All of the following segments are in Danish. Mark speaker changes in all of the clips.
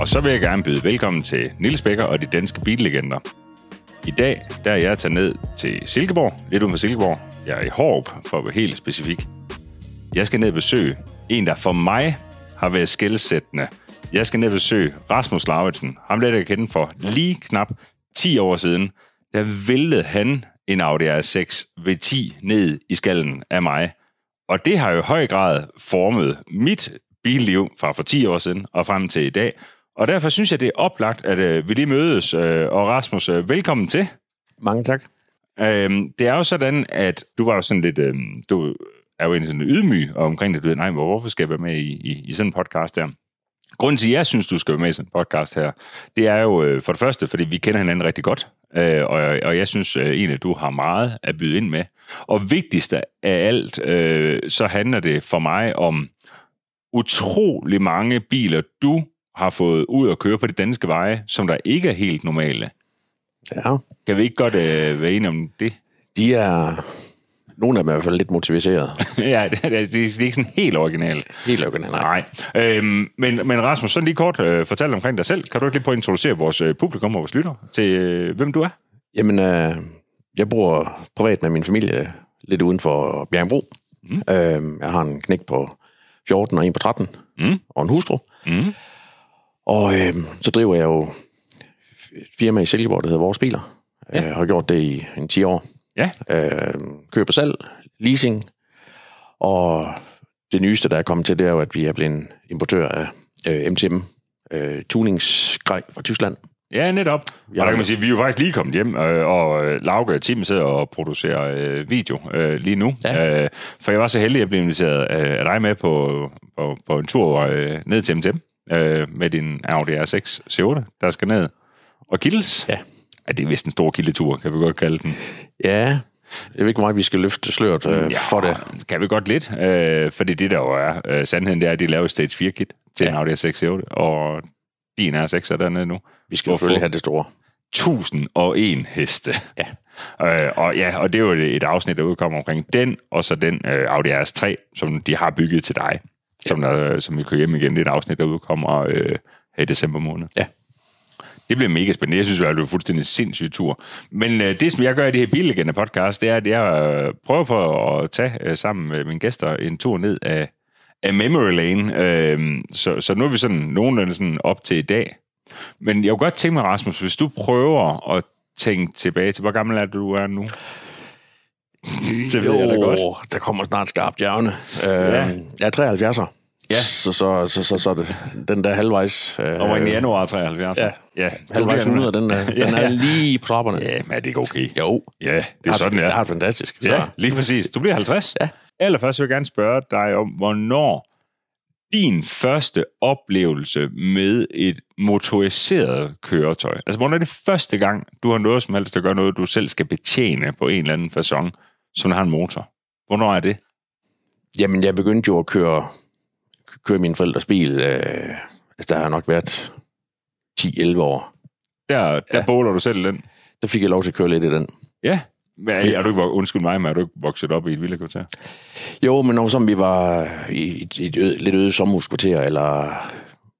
Speaker 1: Og så vil jeg gerne byde velkommen til Nils Bækker og de danske billegender. I dag der er jeg taget ned til Silkeborg, lidt uden for Silkeborg. Jeg er i Hårup, for at være helt specifik. Jeg skal ned og besøge en, der for mig har været skældsættende. Jeg skal ned og besøge Rasmus Lauritsen. Ham lærte jeg kende for lige knap 10 år siden. Der væltede han en Audi R6 V10 ned i skallen af mig. Og det har jo i høj grad formet mit billiv fra for 10 år siden og frem til i dag. Og derfor synes jeg, det er oplagt, at øh, vi lige mødes. Øh, og Rasmus, øh, velkommen til.
Speaker 2: Mange tak.
Speaker 1: Øhm, det er jo sådan, at du var jo sådan lidt... Øhm, du er jo egentlig sådan ydmyg omkring det. Du ved, nej, hvor- hvorfor skal jeg være med i, i, i sådan en podcast der? Grunden til, at jeg synes, du skal være med i sådan en podcast her, det er jo øh, for det første, fordi vi kender hinanden rigtig godt, øh, og, og jeg synes øh, egentlig, du har meget at byde ind med. Og vigtigst af alt, øh, så handler det for mig om utrolig mange biler, du har fået ud at køre på de danske veje, som der ikke er helt normale.
Speaker 2: Ja.
Speaker 1: Kan vi ikke godt øh, være enige om det?
Speaker 2: De er... Nogle af dem er i hvert fald lidt motiverede.
Speaker 1: ja, det, det, det, det er ikke sådan helt originalt.
Speaker 2: Helt lukkende, nej.
Speaker 1: Nej. Øhm, men, men Rasmus, sådan lige kort øh, fortæl omkring dig selv. Kan du ikke lige prøve at introducere vores øh, publikum og vores lytter til, øh, hvem du er?
Speaker 2: Jamen, øh, jeg bor privat med min familie lidt uden for Bjergbro. Mm. Øh, jeg har en knæk på 14 og en på 13.
Speaker 1: Mm.
Speaker 2: Og en hustru.
Speaker 1: Mm.
Speaker 2: Og øh, så driver jeg jo et firma i Silkeborg, der hedder Vores Biler.
Speaker 1: Ja.
Speaker 2: Ja. Jeg har gjort det i en 10 år.
Speaker 1: Ja.
Speaker 2: Øh, køb og salg, leasing. Og det nyeste, der er kommet til, det er jo, at vi er blevet en importør af øh, MTM. Øh, tuningsgrej fra Tyskland.
Speaker 1: Ja, netop. Ja, og der kan man sige, at vi er jo faktisk lige kommet hjem, øh, og øh, Lauke og Tim sidder og producerer øh, video øh, lige nu. Ja.
Speaker 2: Ja.
Speaker 1: Øh, for jeg var så heldig, at jeg blev inviteret øh, af dig med på, på, på en tur øh, ned til MTM øh, med din Audi R6 C8, der skal ned. Og kildes.
Speaker 2: Ja.
Speaker 1: ja. det er vist en stor kildetur, kan vi godt kalde den.
Speaker 2: Ja, jeg ved ikke, hvor meget vi skal løfte sløret øh, ja. for det.
Speaker 1: Kan vi godt lidt, øh, fordi det der jo er, øh, sandheden det er, at de laver et Stage 4-kit til ja.
Speaker 2: Ja.
Speaker 1: en Audi R6 C8, og din R6 er dernede nu.
Speaker 2: Vi skal
Speaker 1: Hvorfor?
Speaker 2: selvfølgelig have det store.
Speaker 1: 1001 heste.
Speaker 2: Ja.
Speaker 1: Øh, og, ja, og det er jo et et afsnit, der udkommer omkring den, og så den øh, Audi RS3, som de har bygget til dig, som, der, øh, som vi kører hjem igen. Det er et afsnit, der udkommer øh, her i december måned.
Speaker 2: Ja.
Speaker 1: Det bliver mega spændende. Jeg synes, det er en fuldstændig sindssyg tur. Men øh, det, som jeg gør i det her billegende podcast, det er, at jeg øh, prøver på at tage øh, sammen med mine gæster en tur ned af, af memory lane. Øh, så, så nu er vi sådan nogenlunde sådan op til i dag. Men jeg kunne godt tænke mig, Rasmus, hvis du prøver at tænke tilbage til, hvor gammel er det, du er nu? Det ved jeg da godt.
Speaker 2: der kommer snart skarpt hjørne. Øh,
Speaker 1: Ja.
Speaker 2: ja. Jeg er 73'er.
Speaker 1: Ja.
Speaker 2: Så, så, så, så, så er det, den der halvvejs... Øh,
Speaker 1: Og var i januar 73.
Speaker 2: Ja.
Speaker 1: ja.
Speaker 2: halvvejs
Speaker 1: Du bliver-
Speaker 2: ude, den, er,
Speaker 1: Ja.
Speaker 2: den er lige på trapperne.
Speaker 1: Ja, men er det ikke okay?
Speaker 2: Jo,
Speaker 1: Ja, det er sådan,
Speaker 2: det
Speaker 1: ja.
Speaker 2: er. fantastisk. Så,
Speaker 1: Ja, lige præcis. Du bliver 50.
Speaker 2: Ja.
Speaker 1: Allerførst vil jeg gerne spørge dig om, hvornår din første oplevelse med et motoriseret køretøj, altså hvornår er det første gang, du har noget som helst at gøre noget, du selv skal betjene på en eller anden façon, som har en motor? Hvornår er det?
Speaker 2: Jamen, jeg begyndte jo at køre, køre min forældres bil. Øh, altså, der har jeg nok været 10-11 år.
Speaker 1: Der, der ja.
Speaker 2: Ja.
Speaker 1: boler du selv den.
Speaker 2: Der fik jeg lov til at køre lidt i den.
Speaker 1: Ja. Men er, er du ikke, vok- undskyld mig, men er du ikke vokset op i et villakvarter?
Speaker 2: Jo, men når som vi var i et, i et øde, lidt øde sommerhuskvarter, eller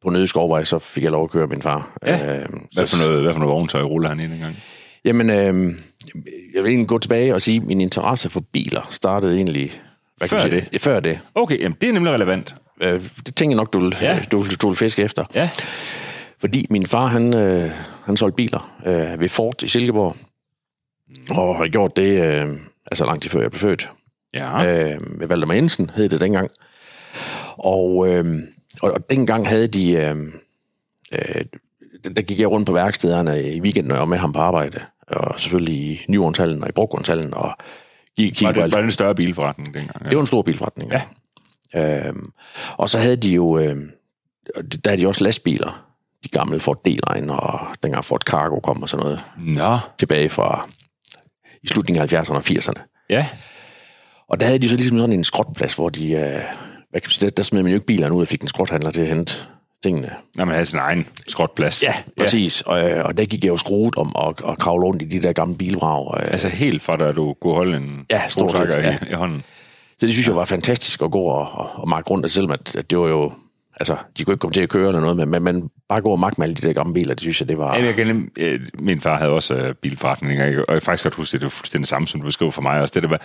Speaker 2: på en øde skovvej, så fik jeg lov at køre min far.
Speaker 1: Ja.
Speaker 2: Øh,
Speaker 1: Hvad for noget, hvad for noget vogntøj ruller han ind engang?
Speaker 2: Jamen, øh, jeg vil egentlig gå tilbage og sige, at min interesse for biler startede egentlig... hvad kan
Speaker 1: Før
Speaker 2: man sige? Ja, Før det.
Speaker 1: Okay, jamen, det er nemlig relevant.
Speaker 2: Øh, det tænker jeg nok, du vil,
Speaker 1: Ja.
Speaker 2: ja. du, vil- du vil fiske efter.
Speaker 1: Ja.
Speaker 2: Fordi min far, han, øh, han solgte biler øh, ved Ford i Silkeborg.
Speaker 1: Mm.
Speaker 2: Og har gjort det, øh, altså langt lige før jeg blev født.
Speaker 1: Ja.
Speaker 2: Øh, ved Valdemar Jensen hed det dengang. Og, øh, og, og dengang havde de... Øh, øh, der- der gik jeg rundt på værkstederne i weekenden, når jeg var med ham på arbejde. Og selvfølgelig i Nyhåndshallen og i Bruggrundshallen. Og gik,
Speaker 1: Var
Speaker 2: kiggede på
Speaker 1: det,
Speaker 2: alt.
Speaker 1: var det en større bilforretning dengang? Ja.
Speaker 2: Det var en stor bilforretning. Ja. Øhm, og så havde de jo, øhm, og det- der havde de også lastbiler. De gamle Ford D-Line, og dengang Ford Cargo kom og sådan noget
Speaker 1: Nå.
Speaker 2: tilbage fra i slutningen af 70'erne og 80'erne.
Speaker 1: Ja.
Speaker 2: Og der havde de så ligesom sådan en skrotplads, hvor de, øh, hvad kan man sige, der, der smed man jo ikke bilerne ud og fik en skrothandler til at hente tingene.
Speaker 1: Når man havde sin egen skrotplads.
Speaker 2: præcis. Og, øh, og der gik jeg jo skruet om og, og kravle rundt i de der gamle bilvrag. Øh,
Speaker 1: Altså helt fra da du kunne holde en
Speaker 2: Ja, stort
Speaker 1: skruetrækker
Speaker 2: set,
Speaker 1: i, i hånden.
Speaker 2: Så det synes jeg var fantastisk at gå og, og, og marke rundt, og selvom at, at det var jo Altså, de kunne ikke komme til at køre eller noget, men, men, men bare gå og magte med alle de der gamle biler, det synes jeg, det var...
Speaker 1: Ja, jeg kan, nem- øh, min far havde også øh, bilforretninger, ikke? og jeg kan faktisk godt huske, det, det var fuldstændig det samme, som du beskrev for mig også. Det der med,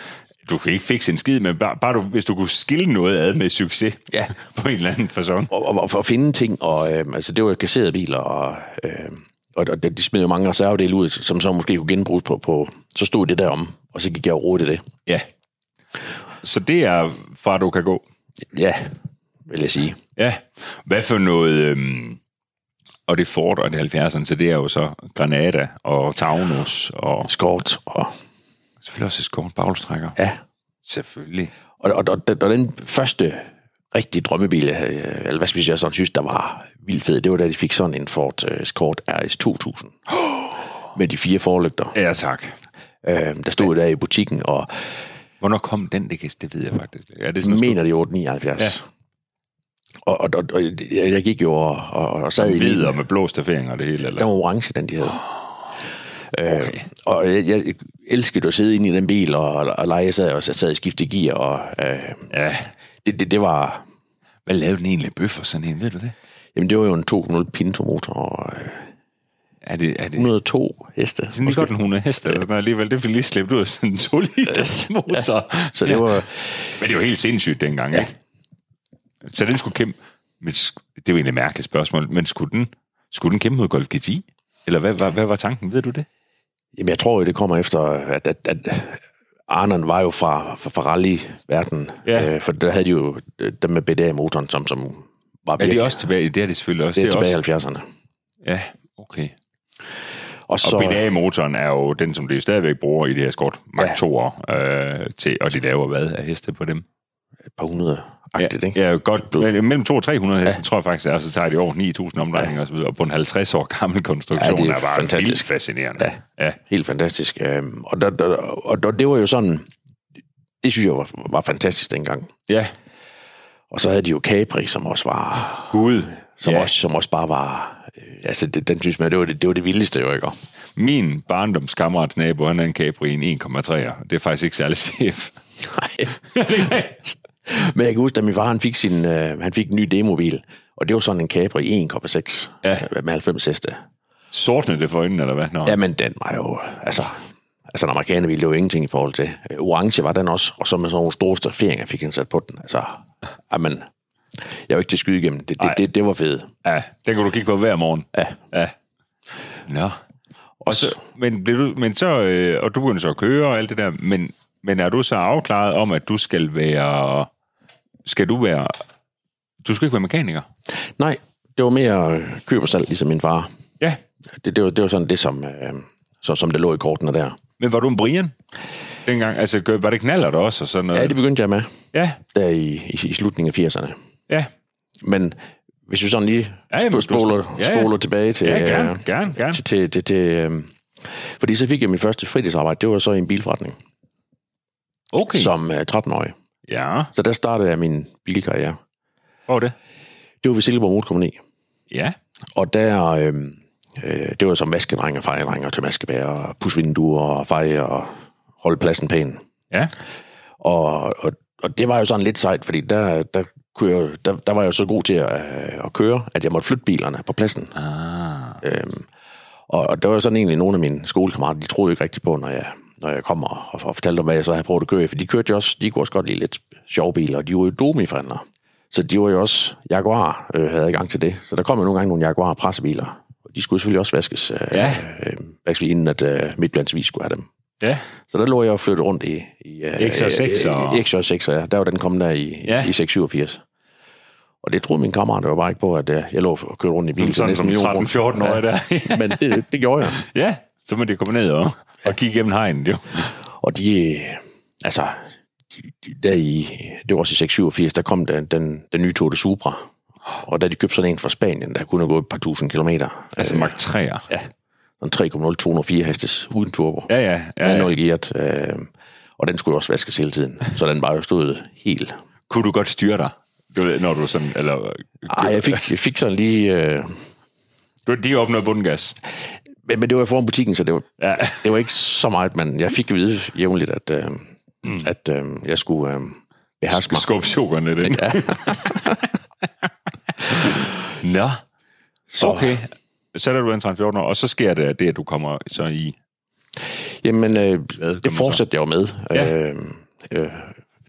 Speaker 1: du kan ikke fikse en skid, men bare, bare du, hvis du kunne skille noget ad med succes
Speaker 2: Ja.
Speaker 1: på en eller anden façon.
Speaker 2: og, og, og for at finde ting, og øh, altså, det var jo kasserede biler, og, øh, og, og de smed jo mange reservedele ud, som så måske kunne genbruges på, på så stod det der om, og så gik jeg og rodede det.
Speaker 1: Ja. Så det er, far, du kan gå.
Speaker 2: Ja, vil jeg sige.
Speaker 1: Ja. Hvad for noget... Øhm, og det er Ford og det er 70'erne, så det er jo så Granada og Taunus og
Speaker 2: Skort, og
Speaker 1: selvfølgelig også Escort Bagelstrækker.
Speaker 2: ja.
Speaker 1: Selvfølgelig.
Speaker 2: Og, og, og, den- og den første rigtige drømmebil, jeg havde, øh, eller hvad skal jeg sige, jeg sådan synes, der var vildt fed, det var da de fik sådan en Ford øh, Escort RS 2000. Med de fire forlygter,
Speaker 1: Ja, tak.
Speaker 2: øh, der stod der i butikken, og
Speaker 1: Hvornår kom den? Det, kan, det ved jeg faktisk ikke. Er det sådan,
Speaker 2: mener det er 879. Ja. Og, og, og, og jeg jeg gik jo og, og, og sad i bilen.
Speaker 1: Hvid og med blå stafering og det hele, eller?
Speaker 2: Den var orange, den de havde. Okay. Øh, og jeg, jeg elskede at sidde inde i den bil og, og, og lege. Jeg sad, og, jeg sad i skifte gear, og øh,
Speaker 1: Ja.
Speaker 2: det, det, det, var,
Speaker 1: Hvad lavede den egentlig bøf for sådan en, ved du det?
Speaker 2: jamen, det var jo en 2.0 Pinto-motor, og øh,
Speaker 1: Er det, er det
Speaker 2: 102 heste.
Speaker 1: sådan lige
Speaker 2: måske.
Speaker 1: godt en 100 heste eller sådan noget alligevel? Det fik lige slæbt ud af sådan en 2 liters motor. Ja.
Speaker 2: Så det var,
Speaker 1: Men det var helt sindssygt dengang, ja. ikke? Så den skulle kæmpe... Men, sk- det var egentlig et mærkeligt spørgsmål, men skulle den, skulle den kæmpe mod Golf GTI? Eller hvad, hvad, hvad var tanken, ved du det?
Speaker 2: jamen, jeg tror jo, det kommer efter, at, at, at Arnon var jo fra, fra, fra rally-verdenen.
Speaker 1: Ja.
Speaker 2: Øh, for der havde de jo øh, dem med BDA-motoren, som, som var
Speaker 1: Er
Speaker 2: virkelig-
Speaker 1: de også tilbage? Det er de selvfølgelig også.
Speaker 2: det er tilbage i
Speaker 1: også,
Speaker 2: 70'erne.
Speaker 1: ja, okay.
Speaker 2: Og
Speaker 1: Og
Speaker 2: så,
Speaker 1: så... BDA-motoren er jo den, som de stadigvæk bruger i det her skort Mark
Speaker 2: Ja.
Speaker 1: 2'er, øh, til, og de laver hvad af heste på dem?
Speaker 2: et par hundrede agtigt, ikke?
Speaker 1: Ja, ja, godt. Men- Mellem 2 og 300 heste, ja. tror jeg faktisk, er, så tager de over 9.000 omdrejninger og så videre, og på en 50 år gammel konstruktion, ja,
Speaker 2: Ja, det
Speaker 1: det
Speaker 2: er
Speaker 1: er, bare
Speaker 2: fantastisk.
Speaker 1: fantastisk. vildt fascinerende.
Speaker 2: Ja.
Speaker 1: ja.
Speaker 2: Helt fantastisk. Øhm, Og, der, der, og der, det var jo sådan, det synes jeg var, var fantastisk dengang.
Speaker 1: ja.
Speaker 2: Og så havde de jo Capri, som også var,
Speaker 1: Gud.
Speaker 2: som,
Speaker 1: ja.
Speaker 2: ja. også, som også bare var, øh, altså det, den synes man, det var det, det var det vildeste jo, ikke?
Speaker 1: Min barndomskammerats nabo, han er en Capri, en 1,3'er. Det er faktisk ikke særlig chef.
Speaker 2: Nej. Men jeg kan huske, da min far han fik, sin, øh, han fik en ny demobil, og det var sådan en Capri 1,6
Speaker 1: Ja.
Speaker 2: med 90 heste.
Speaker 1: Sortne det for øjnene, eller hvad? Nå. Ja.
Speaker 2: Jamen, den var jo, altså, altså en amerikanerbil, det var ingenting i forhold til. Øh, Orange var den også, og så med sådan nogle store strafferinger fik han sat på den. Altså, jamen, jeg var ikke til at skyde igennem. Det, det,
Speaker 1: Ej.
Speaker 2: det, det var fedt.
Speaker 1: ja. Den kan du kigge på hver morgen.
Speaker 2: Ja.
Speaker 1: Ja. Nå. Og så, men, blev du, men så, øh, og du begyndte så at køre og alt det der, men, men er du så afklaret om, at du skal være, skal du være, du skal ikke være mekaniker?
Speaker 2: Nej, det var mere øh, køb og salg, ligesom min far.
Speaker 1: Ja.
Speaker 2: Det, det, var, det var sådan det, som, øh, som, som det lå i kortene der.
Speaker 1: Men var du en Brian dengang? Altså, gør- var det knaller der også og sådan noget?
Speaker 2: Ja, det begyndte jeg med,
Speaker 1: ja,
Speaker 2: der i, i, i slutningen af 80'erne.
Speaker 1: ja.
Speaker 2: Men hvis vi sådan lige
Speaker 1: Ja, jamen,
Speaker 2: sp-
Speaker 1: du-
Speaker 2: spoler,
Speaker 1: ja, ja.
Speaker 2: spoler tilbage til...
Speaker 1: Ja, gerne,
Speaker 2: øh,
Speaker 1: gerne, gerne.
Speaker 2: Til, til, til, til øh, fordi så fik jeg mit første fritidsarbejde, det var så i en bilforretning.
Speaker 1: Okay. Så.
Speaker 2: som øh, 13-årig.
Speaker 1: Ja,
Speaker 2: Så der startede jeg min bilkarriere.
Speaker 1: hvor var det?
Speaker 2: Det var ved Silkeborg Motorkompagni.
Speaker 1: Ja.
Speaker 2: Og der, øh, øh, det var som vaskedrenge og fejedrenge og til maskebær og pusse vinduer og feje og holde pladsen pæn.
Speaker 1: Ja.
Speaker 2: Og, og, og det var jo sådan lidt sejt, fordi der, der, kunne jeg, jo- der, der var jeg jo så god til at, øh, at køre, at jeg måtte flytte bilerne på pladsen.
Speaker 1: Ah.
Speaker 2: Øhm, og, og der var sådan egentlig nogle af mine skolekammerater, de troede jo ikke rigtigt på, når jeg, når jeg kom og, og, og fortalte dem, hvad jeg så havde prøvet at køre i. For de kørte jo også, de kunne også godt lide lidt sjove biler, og de var jo domifrændere. Så de var jo også Jaguar, øh, havde adgang til det. Så der kom jo nogle gange nogle Jaguar pressebiler. Og de skulle selvfølgelig også vaskes, øh,
Speaker 1: Ja.
Speaker 2: øh, vaskes inden at øh, Midtblandsvis skulle have dem.
Speaker 1: Ja.
Speaker 2: Så der lå jeg og flyttede rundt i... i øh,
Speaker 1: X og sekser.
Speaker 2: øh, X og 6, ja. Der var den kommet der i,
Speaker 1: Ja.
Speaker 2: ja. i 687. Og det troede min kammerat jo bare ikke på, at øh, jeg lå og kørte rundt i bilen.
Speaker 1: Som,
Speaker 2: til
Speaker 1: sådan
Speaker 2: næsten
Speaker 1: som
Speaker 2: en million kroner.
Speaker 1: 13-14 år
Speaker 2: Ja.
Speaker 1: der.
Speaker 2: Men det, det gjorde jeg.
Speaker 1: ja, så må det komme ned og, og kigge gennem hegnet, jo.
Speaker 2: Og de, øh, altså, de, de, der i, det var også i 687, der kom den, den, den nye Tour de Supra. Og da de købte sådan en fra Spanien, der kunne have gået et par tusind kilometer.
Speaker 1: Altså Mark 3'er.
Speaker 2: ja, sådan 3,0, 204 hestes, uden turbo.
Speaker 1: Ja, ja, ja.
Speaker 2: Ja,
Speaker 1: ja.
Speaker 2: ja. Gearet, øh, og den skulle jo også vaskes hele tiden, så den var jo stået helt.
Speaker 1: Kunne du godt styre dig? Du ved, når du sådan, eller...
Speaker 2: Ej, jeg fik, jeg fik sådan lige... Øh,
Speaker 1: Du, de åbner bundgas.
Speaker 2: men, men det var jo foran butikken, så det var,
Speaker 1: Ja.
Speaker 2: det var ikke så meget, men jeg fik at vide jævnligt, at, øh, mm. at øh, jeg skulle øh, beherske mig.
Speaker 1: Skub sukkernet ind.
Speaker 2: Ja.
Speaker 1: Nå,
Speaker 2: Så,
Speaker 1: okay. Så er du en 14 år, og så sker det, at det, at du kommer så i...
Speaker 2: Jamen, øh,
Speaker 1: Hvad
Speaker 2: det fortsatte jeg jo med.
Speaker 1: Ja.
Speaker 2: Øh, øh,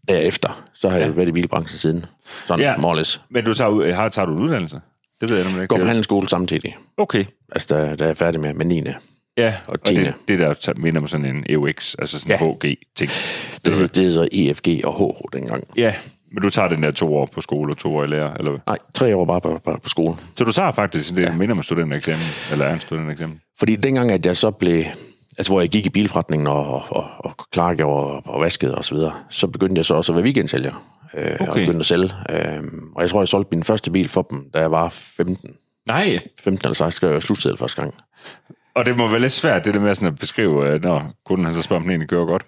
Speaker 2: derefter. Så har jeg
Speaker 1: Ja.
Speaker 2: været i bilbranchen siden. Sådan,
Speaker 1: Ja.
Speaker 2: ja. more or less.
Speaker 1: Men du tager, ud, har, tager du en uddannelse? Det ved jeg nemlig ikke.
Speaker 2: Går på
Speaker 1: Det er jo-
Speaker 2: handelsskole samtidig.
Speaker 1: Okay.
Speaker 2: Altså, da, da jeg er færdig med, med 9.
Speaker 1: Ja,
Speaker 2: Og
Speaker 1: og, og
Speaker 2: tiende.
Speaker 1: det, det der tager- minder om sådan en EUX, altså sådan en
Speaker 2: Ja.
Speaker 1: HG-ting. Mhm.
Speaker 2: Det, hed, det hed så EFG og HH dengang.
Speaker 1: Ja, men du tager den der to år på skole og to år i lærer, eller hvad?
Speaker 2: Nej, tre år bare på, på, på skole.
Speaker 1: Så du tager faktisk det, der minder om en studentereksamen, eller er en studentereksamen.
Speaker 2: Fordi dengang, at jeg så blev... Altså, hvor jeg gik i bilforretningen og, og, og, og klargjorde og, og vaskede osv., så, videre, så begyndte jeg så også at være weekendsælger. Øh, Og
Speaker 1: Okay.
Speaker 2: begyndte at sælge. Øh, og jeg tror, jeg solgte min første bil for dem, da jeg var 15.
Speaker 1: Nej!
Speaker 2: 15 eller 16, jeg slutsæde første gang.
Speaker 1: Og det må være lidt svært, det der med sådan at beskrive, øh, når kunden han så spørger, om den egentlig kører godt.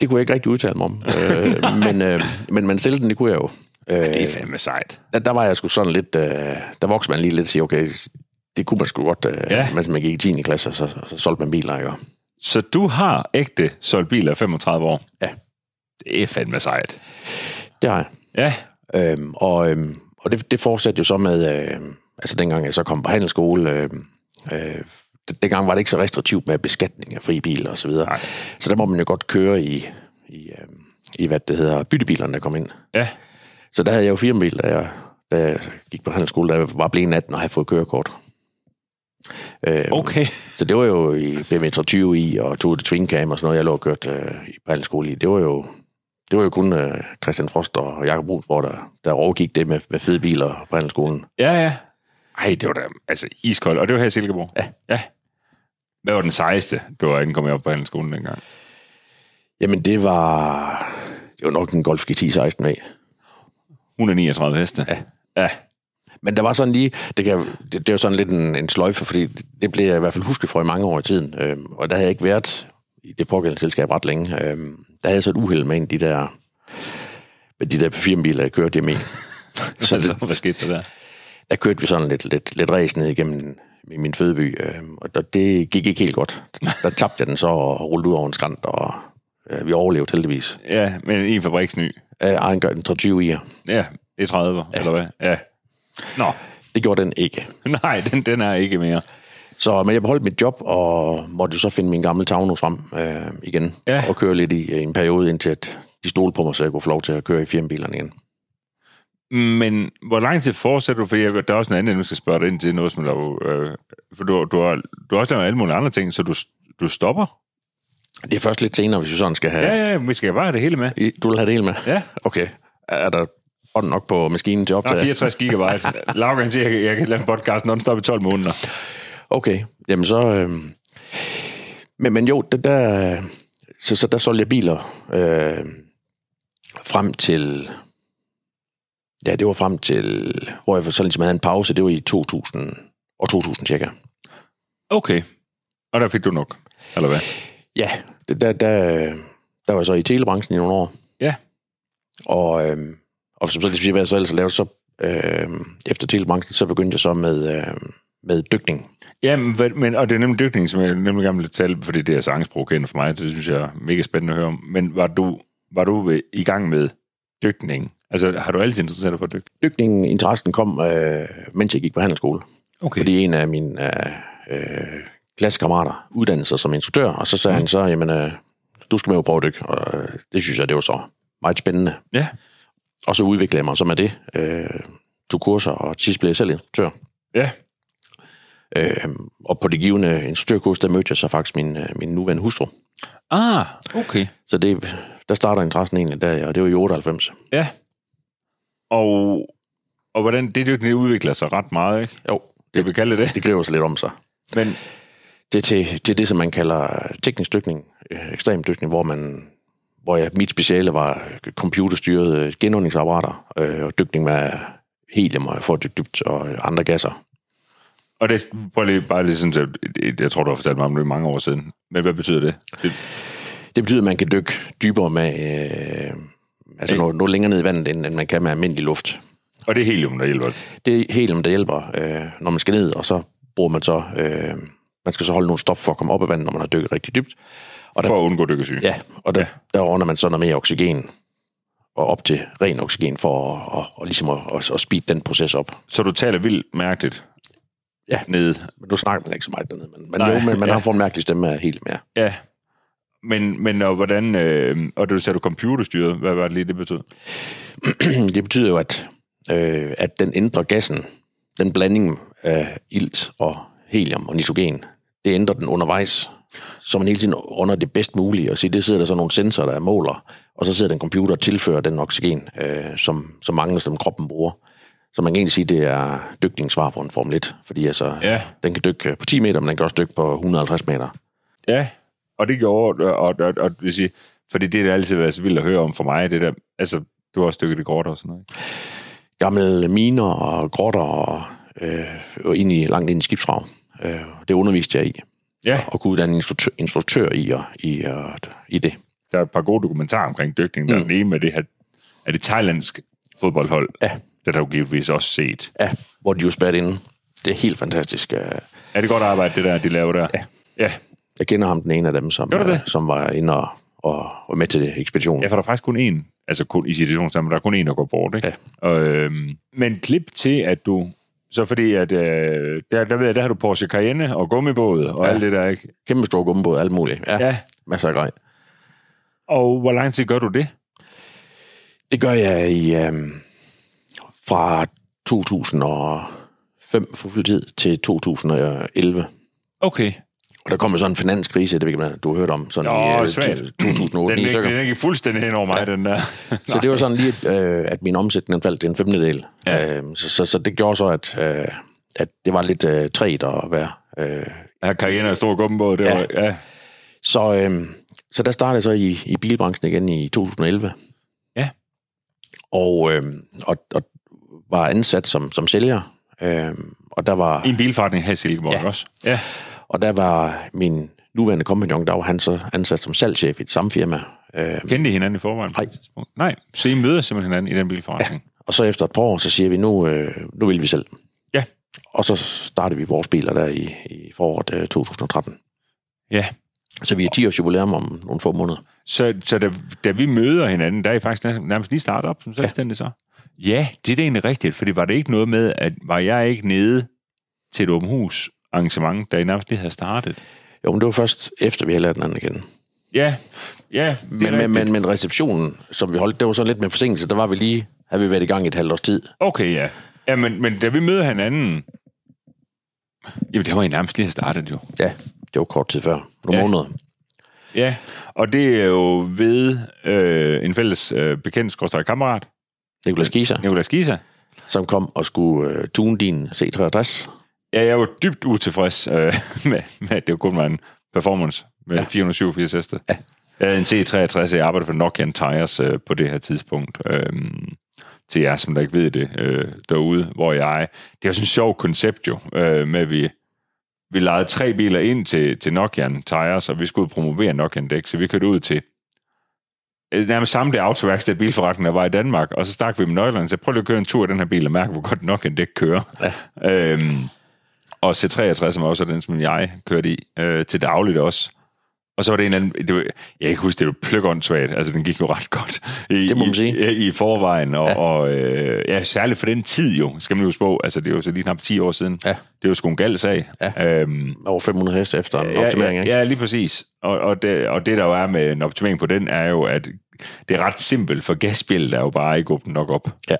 Speaker 2: Det kunne jeg ikke rigtig udtale mig om. øh, men, øh, men man sælge den, det kunne jeg jo. Øh,
Speaker 1: Det er fandme sejt.
Speaker 2: der, der var jeg sgu sådan lidt... Øh, der voksede man lige lidt og siger, okay, det kunne man sgu godt. Øh,
Speaker 1: Ja.
Speaker 2: ja. Mens man gik i 10. klasse, og så, så, så solgte man biler, ikke?
Speaker 1: Så du har ægte solgt biler i 35 år?
Speaker 2: Ja.
Speaker 1: Det er fandme sejt.
Speaker 2: Det har jeg.
Speaker 1: Ja,
Speaker 2: Øhm, og øhm, og det, det fortsatte jo så med, øhm, altså dengang jeg så kom på handelsskole, øhm, øh, d- dengang var det ikke så restriktivt med beskatning af frie biler osv. Så,
Speaker 1: Nej.
Speaker 2: så der må man jo godt køre i, i, øhm, i hvad det hedder, byttebilerne, der kom ind.
Speaker 1: ja.
Speaker 2: Så der havde jeg jo firmabil, da jeg, da jeg gik på handelsskole, da jeg var blevet 18 og havde fået kørekort. Øhm,
Speaker 1: Okay.
Speaker 2: Så det var jo i BMW 320 i og Toyota Twin Cam og sådan noget, jeg lå og kørte øh, i på handelsskole i. Det var jo, det var jo kun øh, Christian Frost og Jakob Brunsborg, der, der overgik det med, med fede biler på handelsskolen.
Speaker 1: Ja, ja. Ej, det var da altså, iskoldt. Og det var her i Silkeborg?
Speaker 2: Ja.
Speaker 1: ja. Hvad var den sejeste, du var ankommet op på handelsskolen dengang?
Speaker 2: Jamen det var, det var nok en Golf GT 16 med.
Speaker 1: 139 heste?
Speaker 2: Ja.
Speaker 1: Ja,
Speaker 2: Men der var sådan lige, det, kan, det, det er jo sådan lidt en, en sløjfe, fordi det blev jeg i hvert fald husket for i mange år i tiden. Øhm, og der havde jeg ikke været i det pågældende selskab ret længe. Øhm, der havde jeg så et uheld med en af de der, med de der firmabiler, jeg kørte hjemme i.
Speaker 1: så det, Altså, hvad skete der der?
Speaker 2: der kørte vi sådan lidt, lidt, lidt ræs ned igennem min, min fødeby, øh, og der, det gik ikke helt godt. Der tabte jeg den så og rullede ud over en skrant, og øh, vi overlevede heldigvis.
Speaker 1: Ja, men en fabriksny.
Speaker 2: Øh, Ejeren gør den 23 i
Speaker 1: Ja, det er 30, ja. eller hvad? Ja. Nå,
Speaker 2: Det gjorde den ikke.
Speaker 1: nej, den, den er ikke mere.
Speaker 2: Så, men jeg beholdt mit job, og måtte jo så finde min gamle Tavno frem øh, igen,
Speaker 1: Ja.
Speaker 2: og køre lidt i øh, en periode, indtil at de stolede på mig, så jeg kunne få lov til at køre i firmabilerne igen.
Speaker 1: Men hvor lang tid fortsætter du? For jeg, der er også noget andet, jeg skal spørge dig ind til. Noget, som der, jo, øh, for du, du, har, du har også lavet alle mulige andre ting, så du, du stopper?
Speaker 2: Det er først lidt senere, hvis vi sådan skal have...
Speaker 1: Ja, ja, ja vi skal bare have det hele med.
Speaker 2: I- Du vil have det hele med?
Speaker 1: Ja.
Speaker 2: Okay. Er der ånd nok på maskinen til
Speaker 1: Der er
Speaker 2: optag?
Speaker 1: 64 gigabyte. Lauke, han siger, at jeg kan lave en podcast non-stop i 12 måneder.
Speaker 2: Okay, jamen så... Øh... Men, men jo, det der, øh, så, så der solgte jeg biler øh, frem til... Ja, det var frem til, hvor jeg så ligesom havde en pause, det var i 2000 og 2000 cirka.
Speaker 1: Okay. Og der fik du nok, eller hvad?
Speaker 2: Ja, det- der, der, øh, der var jeg så i telebranchen i nogle år.
Speaker 1: Ja.
Speaker 2: Og, øh, og som så lige siger, hvad jeg så ellers lavede, så øh, efter telebranchen, så begyndte jeg så med, øh, med dykning.
Speaker 1: Ja, men, og det er nemlig dykning, som jeg nemlig gerne vil tale, fordi det er så angstprovokerende for mig, så det synes jeg er mega spændende at høre om. Men var du, var du ved- i gang med dykning? Altså, har du altid interesseret dig for at dykke?
Speaker 2: Dykningen, interessen kom, øh, mens jeg gik på handelsskole.
Speaker 1: Okay.
Speaker 2: Fordi en af mine øh, øh, klassekammerater uddannede sig som instruktør, og så sagde
Speaker 1: Mm.
Speaker 2: mm. han så, jamen, øh, du skal med og prøve at dykke, og øh, det synes jeg, det var så meget spændende.
Speaker 1: Ja.
Speaker 2: Og så udviklede jeg mig så med det. Øh, tog kurser, og til sidst blev jeg selv instruktør.
Speaker 1: Ja.
Speaker 2: Øh, og på det givende instruktørkurs, der mødte jeg så faktisk min, øh, min nuværende hustru.
Speaker 1: Ah, okay.
Speaker 2: Så det, der starter interessen egentlig der, og det var i 98.
Speaker 1: Ja. Og, og hvordan det dykning det udvikler sig ret meget, ikke?
Speaker 2: Jo,
Speaker 1: Det vil kalde det det.
Speaker 2: det griber sig lidt om sig.
Speaker 1: Men
Speaker 2: det er til, til det, som man kalder teknisk dykning, øh, ekstrem dykning, hvor man hvor jeg, mit speciale var computerstyrede øh, genåndingsapparater øh, og dykning med helium og for at dykke dybt og andre gasser.
Speaker 1: og det prøv lige, bare lige sådan, så- det- jeg tror, du har fortalt mig om det mange år siden. Men hvad betyder det? det
Speaker 2: Det betyder, at man kan dykke dybere med, øh, altså noget, noget længere ned i vandet, end, end man kan med almindelig luft.
Speaker 1: og det er helium, der hjælper.
Speaker 2: Det er helium, der hjælper, øh, når man skal ned, og så bruger man så, øh, man skal så holde nogle stop for at komme op af vandet, når man har dykket rigtig dybt.
Speaker 1: For at undgå dykkesyge.
Speaker 2: Ja, og der,
Speaker 1: Ja.
Speaker 2: der ordner man så noget mere oxygen og op til ren oxygen for at, og, og ligesom at, at, at speede den proces op.
Speaker 1: Så du taler vildt mærkeligt
Speaker 2: Ja.
Speaker 1: ned.
Speaker 2: Men du snakker man ikke så meget dernede, men, men
Speaker 1: Nej,
Speaker 2: jo, men man
Speaker 1: ja.
Speaker 2: ja. har fået en mærkelig stemme af helt mere.
Speaker 1: Ja. Men, men og hvordan... Øh, og du sagde, du computerstyret. Hvad var det lige, det betød?
Speaker 2: det betyder jo, at, øh, at den ændrer gassen, den blanding af ilt og helium og nitrogen, det ændrer den undervejs, så man hele tiden runder det bedst mulige, og siger, det sidder der så nogle sensorer, der måler, og så sidder den computer og tilfører den oxygen, øh, som, som mangler, som kroppen bruger. Så man kan egentlig sige, det er dykningens svar på en Formel 1, fordi altså, ja. den kan dykke på 10 meter, men den kan også dykke på 150 meter.
Speaker 1: Ja, og det gjorde, og, og, og, og vil sige, fordi det har altid været så vildt at høre om for mig, det der, altså, du har også dykket i kort og sådan noget. ikke?
Speaker 2: gamle miner og grotter og, øh, og ind i, langt ind i skibsrav. Øh, det underviste jeg i,
Speaker 1: Ja,
Speaker 2: og kunne uddanne en instruktør, instruktør i, og, i, og, i det.
Speaker 1: der er et par gode dokumentarer omkring dykning. Der er
Speaker 2: Mm.
Speaker 1: den ene med det her, er det thailandsk fodboldhold?
Speaker 2: Ja.
Speaker 1: Det har du givetvis også set.
Speaker 2: Ja, hvor de jo spærret inde. Det er helt fantastisk. Øh,
Speaker 1: Er det godt arbejde, det der, de laver der?
Speaker 2: Ja.
Speaker 1: Ja,
Speaker 2: Jeg kender ham, den ene af dem, som,
Speaker 1: Gjorde du det?
Speaker 2: øh, som var inde og, og, og med til det, ekspeditionen.
Speaker 1: ja for der er faktisk kun én, altså kun, i situationsnavn, der er kun én, der går bort, ikke? Ja. Og, øhm, men klip til, at du, så fordi, at øh, der, der ved jeg, der har du Porsche Cayenne og gummibåd og ja.
Speaker 2: Ja.
Speaker 1: alt det der, ikke?
Speaker 2: Kæmpe stor gummibåd, alt muligt. Ja, ja. masser af grej.
Speaker 1: Og hvor lang tid gør du det?
Speaker 2: Det gør jeg i, øh, fra 2005 for fuld tid til 2011.
Speaker 1: Okay.
Speaker 2: Og der kom jo sådan en finanskrise, det ved jeg ikke, om du har hørt om, sådan
Speaker 1: Nå,
Speaker 2: i øh,
Speaker 1: svært.
Speaker 2: 2008
Speaker 1: Den,
Speaker 2: i
Speaker 1: er,
Speaker 2: stykker.
Speaker 1: den er ikke fuldstændig hen over mig, ja. den der.
Speaker 2: Så det var sådan lige, at, øh, at min omsætning faldt til en femtedel.
Speaker 1: Ja.
Speaker 2: Ja. Øh, så, så, så det gjorde så, at, øh, at det var lidt øh, træt at være. Øh,
Speaker 1: Ja, Cayenne og stor gummibåd, det
Speaker 2: Ja.
Speaker 1: var... Ja.
Speaker 2: så, øh, så der startede jeg så i, i bilbranchen igen i 2011.
Speaker 1: Ja.
Speaker 2: Og, øh, og, og var ansat som, som sælger. Øh, og, der var,
Speaker 1: I en bilforretning her i Silkeborg ja.
Speaker 2: Ja.
Speaker 1: også. Ja.
Speaker 2: og der var min nuværende kompagnon, der var han så ansat som salgschef i et samme firma. Øh,
Speaker 1: Kendte I hinanden i forvejen? på
Speaker 2: Nej.
Speaker 1: det tidspunkt? Nej, så I møder simpelthen hinanden i den bilforretning.
Speaker 2: Og så efter et par år, så siger vi, nu, øh, nu vil vi selv.
Speaker 1: Ja.
Speaker 2: Og så startede vi vores biler der i, i foråret øh, 2013.
Speaker 1: Ja.
Speaker 2: Så vi er 10 års jubilæum om nogle få måneder.
Speaker 1: Så, så da, da vi møder hinanden, der er I faktisk nærmest, nærmest lige startet op som selvstændig så. Ja, det er da egentlig rigtigt, fordi var det ikke noget med, at var jeg ikke nede til et åbent hus arrangement, da I nærmest lige havde startet?
Speaker 2: Jo, men det var først efter, vi havde lært hinanden igen.
Speaker 1: Ja, ja. det er
Speaker 2: Men, men,
Speaker 1: rigtigt.
Speaker 2: men, men receptionen, som vi holdt, det var så lidt med forsinkelse. Der var vi lige, havde vi været i gang i et halvt års tid.
Speaker 1: Okay, ja. Ja, men, men da vi møder hinanden... Jamen, det var I nærmest lige have startet jo.
Speaker 2: Ja, det var kort tid før.
Speaker 1: Ja.
Speaker 2: Nogle ja. måneder.
Speaker 1: Ja, og det er jo ved øh, en fælles øh, bekendt skorstræk kammerat,
Speaker 2: Nikolas Kisa,
Speaker 1: Nicolas Gisa.
Speaker 2: som kom og skulle øh, tune din C63.
Speaker 1: Ja, jeg var dybt utilfreds øh, med, med, at det jo kun var en performance med ja. 487 heste. Ja. Jeg havde en C63, jeg arbejdede for Nokia Tires øh, på det her tidspunkt. Øh, til jer, som der ikke ved det øh, derude, hvor jeg... Det er jo sådan et sjovt koncept jo, øh, med at vi... Vi lejede tre biler ind til, til Nokia Tires, og vi skulle ud og promovere Nokia Dæk, så vi kørte ud til øh, nærmest samme det autoværksted, bilforretningen der var i Danmark, og så stak vi med nøglerne, så prøv lige at køre en tur i den her bil og mærke, hvor godt Nokia Dæk kører. Ja. Øhm, og C63, som også er den, som jeg kørte i, øh, til dagligt også. Og så var det en eller anden... Det var, jeg kan ikke huske, det var pløkåndssvagt. Altså, den gik jo ret godt. I,
Speaker 2: Det må man sige.
Speaker 1: I, i forvejen. Og, ja.
Speaker 2: Ja.
Speaker 1: og øh, ja, særligt for den tid jo, skal man jo spå. Altså, det er jo så lige knap 10 år siden.
Speaker 2: Ja.
Speaker 1: Det var sgu en gal sag.
Speaker 2: Ja.
Speaker 1: Øhm,
Speaker 2: Over 500 heste efter en ja, optimering,
Speaker 1: Øh, ja,
Speaker 2: ikke?
Speaker 1: ja, lige præcis. Og, og, det, og det, der jo er med en optimering på den, er jo, at det er ret simpelt, for gasbjældet er jo bare ikke åbent nok op.
Speaker 2: Ja.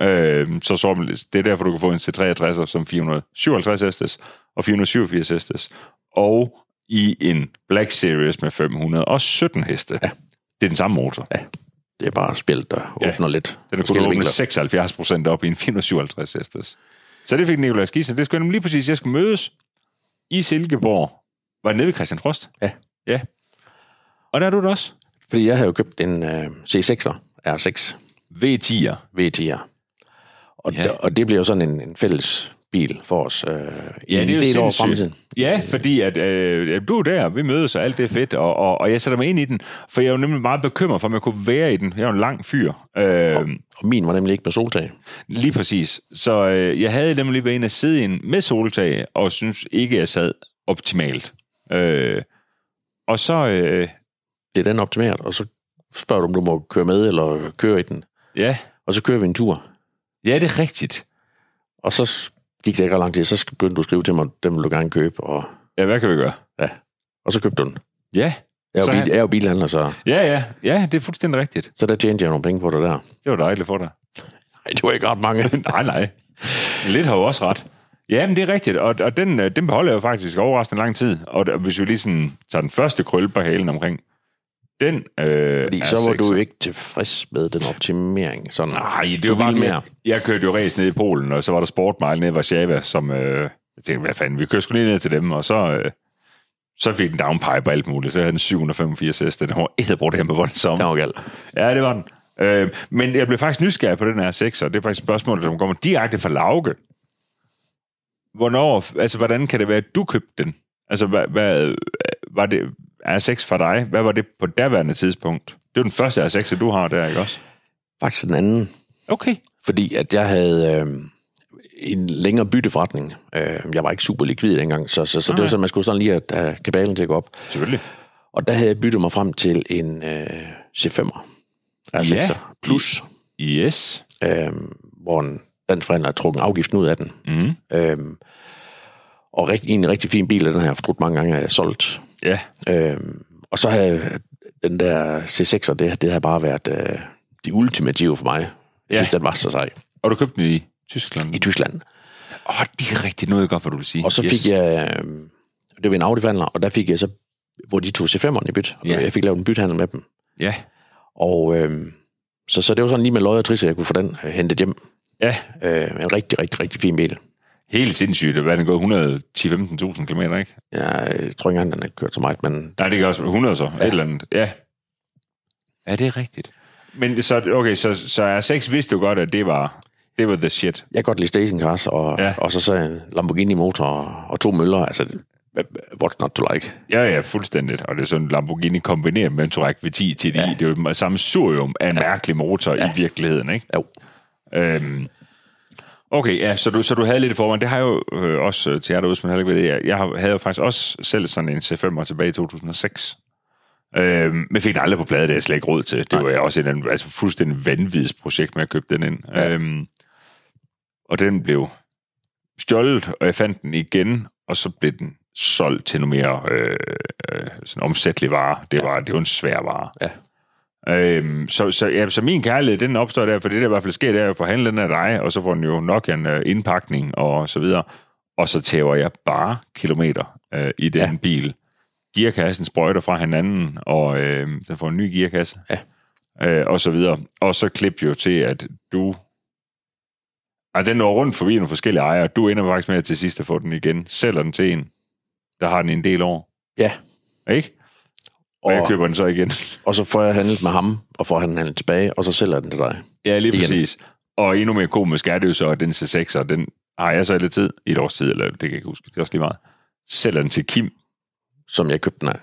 Speaker 1: Øhm, så, så det er derfor, du kan få en C63 som 457 hestes og 487 hestes, og i en Black Series med 517 heste. Ja. Det er den samme motor. Ja,
Speaker 2: Det er bare spil, der
Speaker 1: Ja.
Speaker 2: åbner lidt.
Speaker 1: den er kun
Speaker 2: forskellige
Speaker 1: åbnet med
Speaker 2: vinkler.
Speaker 1: 76 procent op i en 457 hestes. Så det fik Nikolaj Skisen. Det skulle nemlig lige præcis, jeg skulle mødes i Silkeborg. Var det nede ved Christian Frost?
Speaker 2: Ja.
Speaker 1: Ja. Og der er du det også.
Speaker 2: Fordi jeg havde jo købt en øh, C6'er, R6
Speaker 1: V10'er.
Speaker 2: V10'er. Og,
Speaker 1: Ja.
Speaker 2: ja. og det bliver jo sådan en, en fælles bil for os øh, i
Speaker 1: Ja,
Speaker 2: en
Speaker 1: det er jo
Speaker 2: del år
Speaker 1: sindssygt.
Speaker 2: fremtiden.
Speaker 1: Ja, fordi at, øh, du er der, vi mødes, og alt det er fedt, og, og, og jeg sætter mig ind i den, for jeg er jo nemlig meget bekymret for, om jeg kunne være i den. Jeg er jo en lang fyr. Øh,
Speaker 2: Og min var nemlig ikke med soltag.
Speaker 1: Lige præcis. Så øh, jeg havde nemlig været inde at sidde i en med soltag, og synes ikke, jeg sad optimalt. Øh, og så... Øh,
Speaker 2: Det er den optimeret, og så spørger du, om du må køre med eller køre i den.
Speaker 1: Ja.
Speaker 2: Og så kører vi en tur.
Speaker 1: ja, det er rigtigt.
Speaker 2: Og så gik det ikke ret lang tid, så sk- begyndte du at skrive til mig, den vil du gerne købe, og,
Speaker 1: Ja, hvad kan vi gøre?
Speaker 2: og så købte du den.
Speaker 1: Ja,
Speaker 2: Jeg er,
Speaker 1: Så
Speaker 2: jo bil,
Speaker 1: han-
Speaker 2: jeg er jo bilhandler, så,
Speaker 1: ja, ja, ja det er fuldstændig rigtigt.
Speaker 2: så der tjente jeg nogle penge på det der.
Speaker 1: Det var dejligt for dig.
Speaker 2: Nej, det var ikke ret mange.
Speaker 1: nej, nej. Men Lidt har jo også ret. Ja, men det er rigtigt, og, og den, øh, den beholder jeg jo faktisk overraskende lang tid. Og d- hvis vi lige sådan tager den første krølle på halen omkring, den øh,
Speaker 2: Fordi
Speaker 1: er
Speaker 2: så var
Speaker 1: sexet.
Speaker 2: du jo ikke tilfreds med den optimering. Sådan,
Speaker 1: Nej, det
Speaker 2: du
Speaker 1: er jo bare
Speaker 2: ville
Speaker 1: mere. Jeg kørte jo race ned i Polen, og så var der Sportmile nede i Warszawa, som... Øh, jeg tænkte, hvad fanden, vi kører sgu lige ned til dem, og så... Øh, så fik den downpipe og alt muligt. Så havde den 785 hest. Den var æderbrudt her med voldsom.
Speaker 2: Den var galt.
Speaker 1: Ja, det var den. Øh, men jeg blev faktisk nysgerrig på den her sekser. Det er faktisk et spørgsmål, som kommer direkte fra Lauke. Hvornår, altså, hvordan kan det være, at du købte den? Altså, hvad, hvad var det R6 for dig? Hvad var det på daværende tidspunkt? Det er den første R6, du har der, ikke også?
Speaker 2: Faktisk den anden.
Speaker 1: Okay.
Speaker 2: Fordi at jeg havde øh, en længere bytteforretning. Øh, jeg var ikke super likvid dengang, så, så, så det
Speaker 1: Nej.
Speaker 2: var sådan, man skulle sådan lige at have kabalen til at gå op.
Speaker 1: Selvfølgelig.
Speaker 2: Og der havde jeg byttet mig frem til en øh, C5'er. Altså
Speaker 1: Ja.
Speaker 2: ja. plus,
Speaker 1: Yes.
Speaker 2: øh, hvor en dansk forhandler har trukket afgiften ud af den.
Speaker 1: Mm.
Speaker 2: Øh, og rigt, en rigtig fin bil, og den har jeg fortrudt mange gange, at jeg har solgt.
Speaker 1: Ja.
Speaker 2: Øh, og så havde den der C6'er, det, det har bare været øh, det ultimative for mig. Jeg
Speaker 1: Ja.
Speaker 2: synes, den var så sej.
Speaker 1: Og du købte den i Tyskland?
Speaker 2: I Tyskland.
Speaker 1: Åh, oh, det er rigtigt. Nu ved jeg godt, hvad du vil sige.
Speaker 2: Og så yes. fik jeg, øh, det var en Audi-forhandler, og der fik jeg så, hvor de tog C5'eren i byt.
Speaker 1: Ja.
Speaker 2: Ja. Jeg fik lavet en bythandel med dem.
Speaker 1: Ja.
Speaker 2: Og øh, så, så det var sådan lige med løjet og trisse, at jeg kunne få den øh, hentet hjem.
Speaker 1: Ja.
Speaker 2: Øh, en rigtig, rigtig, rigtig fin bil.
Speaker 1: Helt sindssygt. Hvad er den gået? 110-15.000 km, ikke?
Speaker 2: Jeg øh, tror ikke engang, den har kørt så meget, men
Speaker 1: Nej, det kan også være 100 så. Ja. Et eller andet. Ja. Ja, det er rigtigt. Men så, okay, så, så R6 vidste jo godt, at det var, det var the shit.
Speaker 2: jeg kan godt lide stationcars, og,
Speaker 1: Ja.
Speaker 2: ja. og så så en Lamborghini-motor og, og to møller. Altså, hva- what's not to like?
Speaker 1: Ja, ja, fuldstændigt. Og det er sådan en Lamborghini kombineret med en Touareg V10 til ja.
Speaker 2: Ja.
Speaker 1: Det er jo et sammensurium af en ja. mærkelig motor ja. i virkeligheden, ikke?
Speaker 2: Jo.
Speaker 1: Øhm, okay, ja, så du, så du havde lidt i forvejen. Det har jeg jo øh, også øh, til jer derude, som heller ikke ved det. Jeg, jeg har- havde jo faktisk også selv sådan en C5'er tilbage i 2006. Øhm, men fik den aldrig på plade, det er jeg slet ikke råd til. Det
Speaker 2: Nej.
Speaker 1: var jeg også et eller andet, altså, fuldstændig vanvittigt projekt med at købe den ind. Ja.
Speaker 2: Ja.
Speaker 1: Øhm, og den blev stjålet, og jeg fandt den igen, og så blev den solgt til noget mere øh, øh, sådan omsættelig vare. Det, var, det var en svær vare.
Speaker 2: Ja.
Speaker 1: Øhm, så, så, ja, så min kærlighed, den opstår der, for det der i hvert fald sker, det er, at jeg får handlen af dig, og så får den jo nok en øh, indpakning og så videre. Og så tæver jeg bare kilometer øh, i den ja.
Speaker 2: Ja.
Speaker 1: bil. Gearkassen sprøjter fra hinanden, og øh, den får en ny gearkasse.
Speaker 2: Ja.
Speaker 1: Øh, og så videre. Og så klip jo til, at du... Ej, den når rundt forbi nogle forskellige ejere. Du ender faktisk med at til sidst at få den igen. Sælger den til en, der har den i en del år.
Speaker 2: Ja.
Speaker 1: Ikke? Og, og jeg køber den så igen.
Speaker 2: Og så får jeg handlet med ham, og får han handlet tilbage, og så sælger jeg den til dig.
Speaker 1: Ja, lige
Speaker 2: Igen.
Speaker 1: præcis. Og endnu mere komisk er det jo så, at den C6, og den har jeg så i lidt tid, i et års tid, eller det kan jeg ikke huske, det er også lige meget, sælger den til Kim.
Speaker 2: Som jeg købte den af.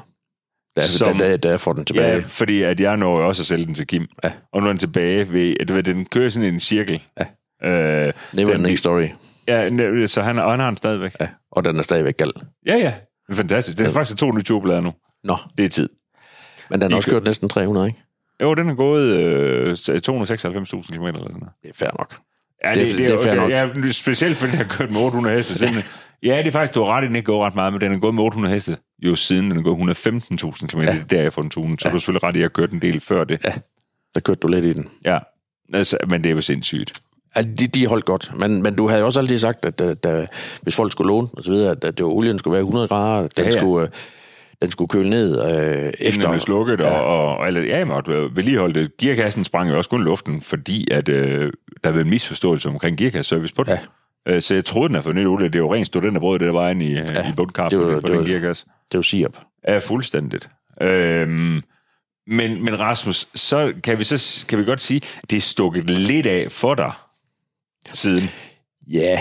Speaker 2: Da,
Speaker 1: Som-
Speaker 2: som... da, da, da jeg får den tilbage.
Speaker 1: Ja, fordi at jeg når jo også at sælge den til Kim.
Speaker 2: Ja.
Speaker 1: Og nu er den tilbage ved, at du ved, den kører sådan i en cirkel. Ja. Øh,
Speaker 2: Never
Speaker 1: den-
Speaker 2: ending story.
Speaker 1: ja, ne- så han, og han har den stadigvæk.
Speaker 2: Ja. Og den er stadigvæk gal.
Speaker 1: Ja, ja. Det er fantastisk. Det er faktisk to nye turblader nu.
Speaker 2: Nå,
Speaker 1: Det er tid.
Speaker 2: men den
Speaker 1: De
Speaker 2: har også
Speaker 1: kø-
Speaker 2: kørt næsten 300, ikke?
Speaker 1: Jo, den er gået øh, 296.000 km eller sådan noget.
Speaker 2: Det er fair nok.
Speaker 1: Ja,
Speaker 2: Det er-
Speaker 1: det, det,
Speaker 2: det
Speaker 1: det,
Speaker 2: er fair
Speaker 1: det, er ja, specielt fordi den har kørt med 800 heste. Simpelthen. Ja, det er faktisk, du har ret, i, den ikke går ret meget, men den er gået med 800 heste, jo siden den er gået 115.000 km, ja. derefter den tunen, så ja. du har selvfølgelig ret i, at jeg kørte en del før det. Ja.
Speaker 2: Så kørte du lidt i den.
Speaker 1: ja. Altså, men det er jo sindssygt.
Speaker 2: Altså, de, de holdt godt. Men, men du havde jo også altid sagt, at, at, at hvis folk skulle låne og så videre, at, at det var, olien skulle være 100 grader, at den,
Speaker 1: Ja, ja.
Speaker 2: ja, ja. Skulle, øh, den skulle køle ned øh,
Speaker 1: Efter den blev
Speaker 2: efter.
Speaker 1: slukket, ja. og, og, og eller, ja, men, og du har vedligeholdt det. Gearkassen sprang jo også kun i luften, fordi at, øh, der var en misforståelse omkring gearkasseservice på den. Ja.
Speaker 2: Ja.
Speaker 1: Øh, så jeg troede, den havde fået nyt olie. Det er jo rent studenterbrød, det der var inde i, ja. i bundkampen
Speaker 2: det var-
Speaker 1: på
Speaker 2: det
Speaker 1: den
Speaker 2: var-
Speaker 1: gearkasse.
Speaker 2: Det var Siop.
Speaker 1: Ja, fuldstændigt. Øhm, men, men Rasmus, så kan vi, så kan vi godt sige, det er stukket lidt af for dig siden.
Speaker 2: Ja,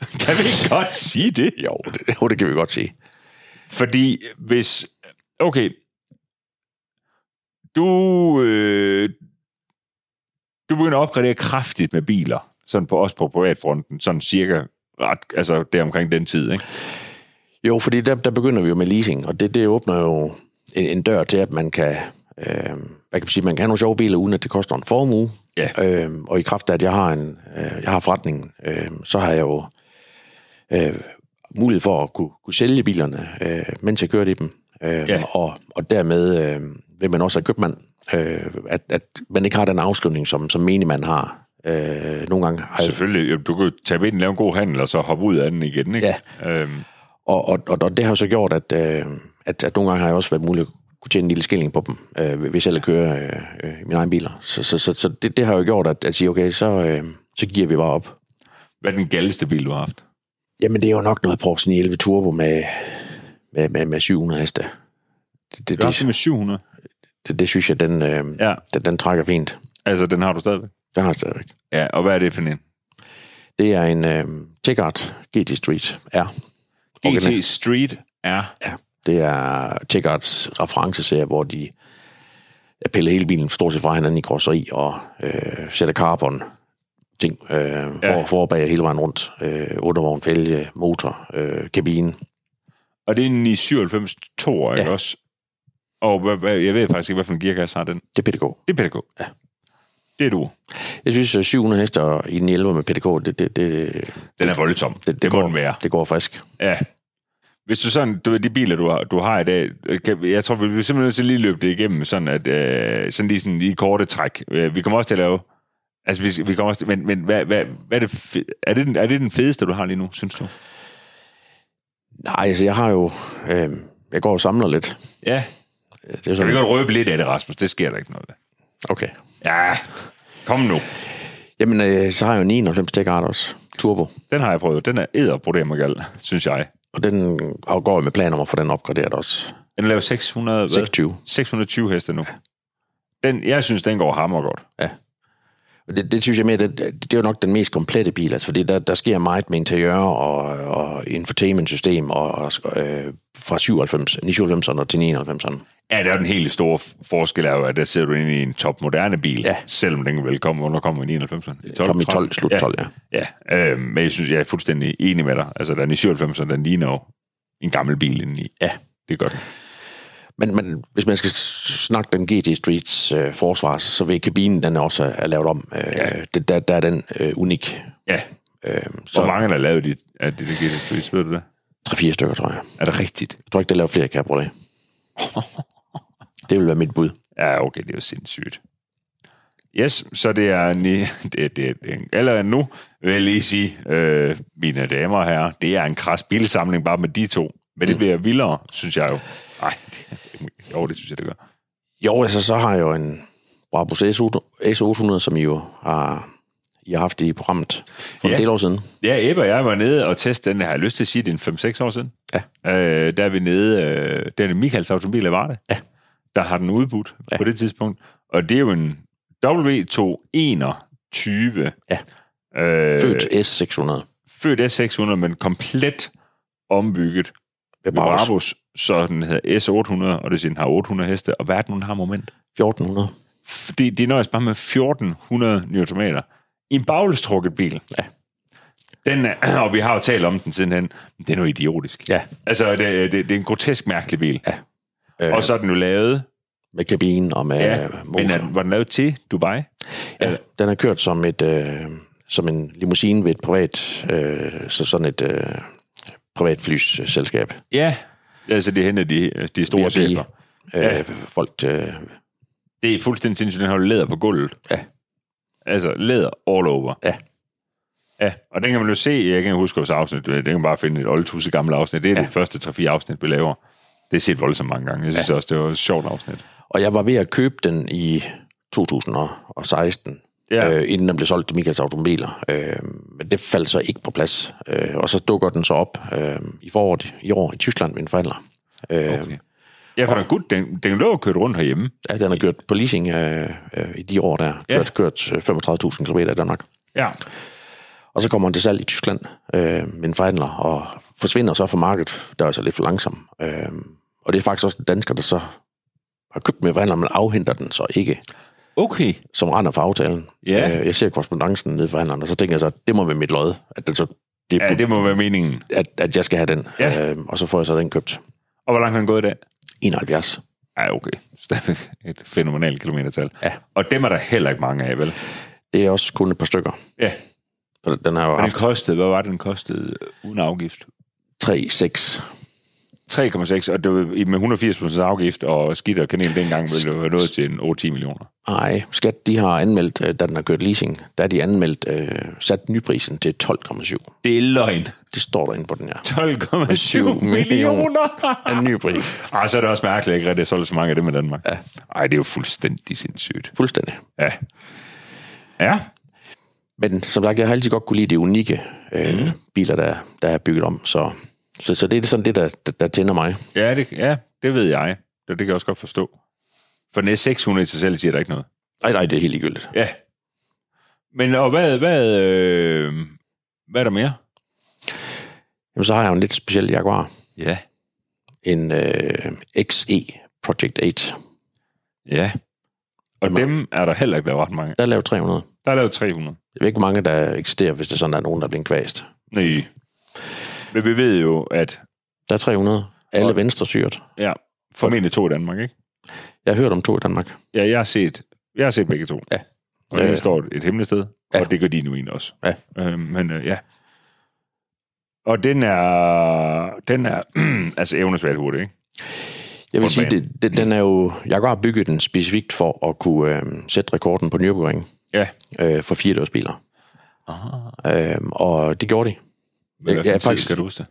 Speaker 1: Kan vi godt sige det?
Speaker 2: jo det, jo, det kan vi godt sige.
Speaker 1: Fordi hvis... Okay. Du... Øh, du begynder at opgradere kraftigt med biler, sådan på, også på privatfronten, sådan cirka ret, altså det omkring den tid, ikke?
Speaker 2: Jo, fordi der, der begynder vi jo med leasing, og det, det åbner jo en, en dør til, at man kan øh, hvad kan man sige, man kan have nogle sjove biler, uden at det koster en formue.
Speaker 1: Ja.
Speaker 2: Øhm, og i kraft af, at jeg har, en, øh, jeg har forretningen, øh, så har jeg jo øh, mulighed for at kunne, kunne sælge bilerne, øh, mens jeg kører i dem. Øh,
Speaker 1: Ja.
Speaker 2: og, og dermed øh, vil man også have købmand, øh, at, at man ikke har den afskrivning, som, som menigmand har. Øh, nogle gange har jeg
Speaker 1: Selvfølgelig. Jamen, Du kan jo tage ind, lave en god handel, og så hoppe ud af den igen, ikke? Ja. Øhm,
Speaker 2: Og, og, og, og det har jo så gjort, at, øh, at, at nogle gange har jeg også været muligt at kunne tjene en lille skilling på dem, øh, hvis jeg ellers kører øh, øh, i mine egne biler. Så, så, så, så det, det har jo gjort, at, at sige, okay, så, øh, så giver vi bare op.
Speaker 1: hvad er den galdeste bil, du har haft?
Speaker 2: Jamen, det er jo nok noget Porsche 911 Turbo med, med, med, med 700 heste. Det, det,
Speaker 1: Du har haft den
Speaker 2: det,
Speaker 1: med 700.
Speaker 2: det, det synes jeg, den, øh,
Speaker 1: Ja.
Speaker 2: den, den trækker fint.
Speaker 1: Altså, den har du stadigvæk.
Speaker 2: Den har jeg stadigvæk.
Speaker 1: Ja, og hvad er det for en?
Speaker 2: Det er en øh, Tegart GT Street R. Original.
Speaker 1: GT E Street R.
Speaker 2: Det er Tegards referenceserie, hvor de piller hele bilen stort set fra hinanden i grosseri og øh, sætter carbon ting øh, for,
Speaker 1: Ja.
Speaker 2: ja. for og bag hele vejen rundt. Øh, undervogn, fælge, motor, øh, kabine.
Speaker 1: Og det er en i 97 2 ikke
Speaker 2: Ja.
Speaker 1: også? Og hvad, hvad, jeg ved faktisk ikke, hvad for en gearkasse har den.
Speaker 2: Det er PDK.
Speaker 1: Det er PDK.
Speaker 2: Ja.
Speaker 1: Det er du.
Speaker 2: Jeg synes, øh, at 700 hester i en 11 med PDK, det, det, det,
Speaker 1: Den er voldsom. Det, det, det må
Speaker 2: går,
Speaker 1: den være.
Speaker 2: det går frisk.
Speaker 1: Ja. Hvis du sådan, du ved, de biler, du har, du har i dag, øh, kan, jeg tror, vi vi er simpelthen nødt til lige at løbe det igennem, sådan, at, øh, sådan lige sådan, i korte træk. Øh, Vi kommer også til at lave, altså vi, vi kommer også til, men, men hvad, hvad, hvad er, det, fe- er, det den, er det den fedeste, du har lige nu, synes du?
Speaker 2: Nej, altså jeg har jo... Øh, jeg går og samler lidt.
Speaker 1: Ja,
Speaker 2: Det er
Speaker 1: kan vi
Speaker 2: sådan,
Speaker 1: godt røbe lidt af det, Rasmus? Det sker der ikke noget ved.
Speaker 2: okay.
Speaker 1: Ja, kom nu.
Speaker 2: Jamen, øh, så har jeg jo 99 Tegart også. Turbo.
Speaker 1: Den har jeg prøvet. Den er æderproblem og gal, synes jeg.
Speaker 2: Og den og går jeg med planer om at få den opgraderet også.
Speaker 1: Den laver 600, hvad?
Speaker 2: 26.
Speaker 1: 620 heste nu. Den, jeg synes, den går hammer godt.
Speaker 2: Og Det, det synes jeg mere, det, det er jo nok den mest komplette bil, altså, fordi der, der sker meget med interiør og, og infotainment-system og, og, øh, fra 97, 99'erne til 99'erne.
Speaker 1: Ja, der er den helt store f- forskel, er jo, at der sidder du ind i en topmoderne bil,
Speaker 2: Ja.
Speaker 1: selvom den vel kom under kom i 99'erne. I 12,
Speaker 2: Kom i 12, slut
Speaker 1: ja,
Speaker 2: 12, ja.
Speaker 1: Ja, øh, men jeg synes, jeg er fuldstændig enig med dig. Altså, den i 97'erne, den ligner jo en gammel bil indeni.
Speaker 2: Ja.
Speaker 1: Det gør den.
Speaker 2: Men, men hvis man skal s- snakke den GT Streets øh, forsvar, så vil kabinen, den også er, er lavet om. Øh,
Speaker 1: Ja.
Speaker 2: ja. det, der, der er den øh, unik.
Speaker 1: Ja,
Speaker 2: Øh,
Speaker 1: så. hvor
Speaker 2: så
Speaker 1: mange der lavede de, af det, der giver det, ved du det?
Speaker 2: 3-4 stykker, tror jeg.
Speaker 1: Er det rigtigt?
Speaker 2: Jeg tror ikke, der laver flere cabriolet. det vil være mit bud.
Speaker 1: Ja, okay, det er jo sindssygt. Yes, så det er en, det, det, det er en allerede nu, vil jeg lige sige, øh, mine damer og herrer, det er en kras bilsamling bare med de to. Men
Speaker 2: Mm.
Speaker 1: det bliver vildere, synes jeg jo. Nej, jo, det synes jeg, det gør.
Speaker 2: Jo, altså så har jeg jo en Brabus S800, som I jo har, I har haft i programmet for
Speaker 1: Ja.
Speaker 2: en del år siden.
Speaker 1: Ja, Ebbe og jeg var nede og teste den, har jeg lyst til at sige, det er en 5-6 år siden.
Speaker 2: Ja.
Speaker 1: Øh, der er vi nede, øh, det er det Michaels automobil, var det?
Speaker 2: Ja.
Speaker 1: Der har den udbudt ja.
Speaker 2: Ja.
Speaker 1: på det tidspunkt. Og det er jo en W221.
Speaker 2: Ja.
Speaker 1: Øh,
Speaker 2: Født S600.
Speaker 1: født S600, men komplet ombygget med
Speaker 2: Ved
Speaker 1: Brabus.
Speaker 2: Brabus.
Speaker 1: Brabus, så den hedder S800, og det siger, den har 800 heste, og hvad er det nu, den har moment?
Speaker 2: 1400.
Speaker 1: Fordi det nøjes bare med 1400 Nm i en bagelstrukket bil.
Speaker 2: Ja.
Speaker 1: Den er, og vi har jo talt om den sidenhen, men det er noget idiotisk.
Speaker 2: Ja.
Speaker 1: Altså, det, det, det er en grotesk mærkelig bil.
Speaker 2: Øh,
Speaker 1: Og så er den jo lavet,
Speaker 2: med kabinen og med
Speaker 1: ja,
Speaker 2: ja,
Speaker 1: men øh,
Speaker 2: motor.
Speaker 1: er, var den lavet til Dubai?
Speaker 2: ja, den er kørt som et øh, som en limousine ved et privat øh, så sådan et øh, privat flyselskab.
Speaker 1: Ja. Altså, det henter de, de store
Speaker 2: VIP.
Speaker 1: chefer.
Speaker 2: Øh,
Speaker 1: Ja.
Speaker 2: folk øh,
Speaker 1: Det er fuldstændig sindssygt, den har jo læder på gulvet.
Speaker 2: Ja.
Speaker 1: Altså, læder all over.
Speaker 2: Ja.
Speaker 1: Ja, og den kan man jo se, jeg kan ikke huske vores afsnit, den kan man bare finde et oldtusse gammelt afsnit. Det er ja.
Speaker 2: Ja.
Speaker 1: det første 3-4 afsnit, vi laver. Det er set voldsomt mange gange. Jeg synes ja. også, det var et sjovt afsnit.
Speaker 2: og jeg var ved at købe den i 2016.
Speaker 1: Ja, øh.
Speaker 2: øh, inden den blev solgt til Michaels Automobiler. Øh, men det faldt så ikke på plads. Øh, og så dukker den så op øh, i foråret i år i Tyskland med en forhandler. Øh,
Speaker 1: Okay. ja for den, gud, den, den lå og kørte rundt herhjemme.
Speaker 2: ja, den har kørt på leasing øh, øh, i de år der.
Speaker 1: Ja.
Speaker 2: Kørt, kørt øh, 35.000 km i Danmark.
Speaker 1: Ja.
Speaker 2: Og så kommer den til salg i Tyskland øh, med en forhandler og forsvinder så fra markedet. Der er så lidt for langsom. Øh, og det er faktisk også danskere, der så har købt med forhandler, men afhenter den så ikke,
Speaker 1: Okay.
Speaker 2: som render for aftalen.
Speaker 1: Ja.
Speaker 2: Øh, jeg ser korrespondancen nede for handleren, og så tænker jeg så, at det må være mit lod, at den så det,
Speaker 1: Ja, det må være meningen.
Speaker 2: at, at jeg skal have den. Øhm,
Speaker 1: Ja.
Speaker 2: Ja. Øh, og så får jeg så den købt.
Speaker 1: Og hvor langt har den gået i dag?
Speaker 2: 71.
Speaker 1: Ej, okay. Stadigvæk et fænomenalt kilometertal.
Speaker 2: Ja.
Speaker 1: Og dem er der heller ikke mange af, vel?
Speaker 2: Det er også kun et par stykker.
Speaker 1: Ja.
Speaker 2: For den har jo
Speaker 1: Og den
Speaker 2: haft
Speaker 1: kostede, hvad var det, den kostede øh, uden afgift?
Speaker 2: 3-6.
Speaker 1: 3,6, og det var i- med 180% afgift, og skidt og kanel dengang ville det være noget til en 8-10 millioner.
Speaker 2: Nej, skat de har anmeldt, øh, da den har kørt leasing, der har de anmeldt, øh, sat nyprisen til 12,7.
Speaker 1: Det er løgn.
Speaker 2: Det står derinde på den her.
Speaker 1: 12,7 millioner!
Speaker 2: En ny pris.
Speaker 1: Ej, så er det også mærkeligt, at ikke rigtig er solgt så mange af dem i Danmark.
Speaker 2: Ja.
Speaker 1: Ej, det er jo fuldstændig sindssygt.
Speaker 2: Fuldstændig.
Speaker 1: Ja. Ja,
Speaker 2: Men som sagt, jeg har altid godt kunne lide de unikke øh,
Speaker 1: Mhm.
Speaker 2: biler, der, der er bygget om. Så, så, så det er sådan det, der, der, der tænder mig.
Speaker 1: ja, det, ja, det ved jeg. Det, det kan jeg også godt forstå. For den 600 i sig selv siger der ikke noget.
Speaker 2: Nej, nej, det er helt ligegyldigt.
Speaker 1: Ja. Men og hvad, hvad, øh, hvad er der mere?
Speaker 2: Jamen, så har jeg jo en lidt speciel Jaguar.
Speaker 1: Ja.
Speaker 2: En øh, XE Project 8.
Speaker 1: Ja. Og
Speaker 2: Jamen.
Speaker 1: dem er der heller ikke lavet ret mange.
Speaker 2: Der er lavet 300.
Speaker 1: Der er lavet 300.
Speaker 2: Jeg ved ikke, hvor mange der eksisterer, hvis der sådan der er nogen, der er blevet kvæst.
Speaker 1: Nej. Men vi ved jo, at
Speaker 2: Der er 300. Alle
Speaker 1: Og-
Speaker 2: venstre syret.
Speaker 1: ja, formentlig to i Danmark, ikke?
Speaker 2: Jeg har hørt om to i Danmark.
Speaker 1: Ja, jeg har set, jeg har set begge to.
Speaker 2: Ja.
Speaker 1: Og det
Speaker 2: Øh.
Speaker 1: står et hemmeligt sted, ja.
Speaker 2: Ja.
Speaker 1: og det gør de nu egentlig også.
Speaker 2: Ja.
Speaker 1: Øh, men øh, ja. Og den er, den er altså evnesvært hurtig, ikke? På
Speaker 2: Jeg
Speaker 1: en
Speaker 2: vil sige,
Speaker 1: bane.
Speaker 2: det, det, den er jo... Jaguar har bygget den specifikt for at kunne øh, sætte rekorden på Nürburgring
Speaker 1: Ja.
Speaker 2: øh, for firedørsbiler.
Speaker 1: Ah,
Speaker 2: Øh, og det gjorde de.
Speaker 1: men hvad
Speaker 2: Ja,
Speaker 1: ja, faktisk...
Speaker 2: faktisk-
Speaker 1: skal du huske det?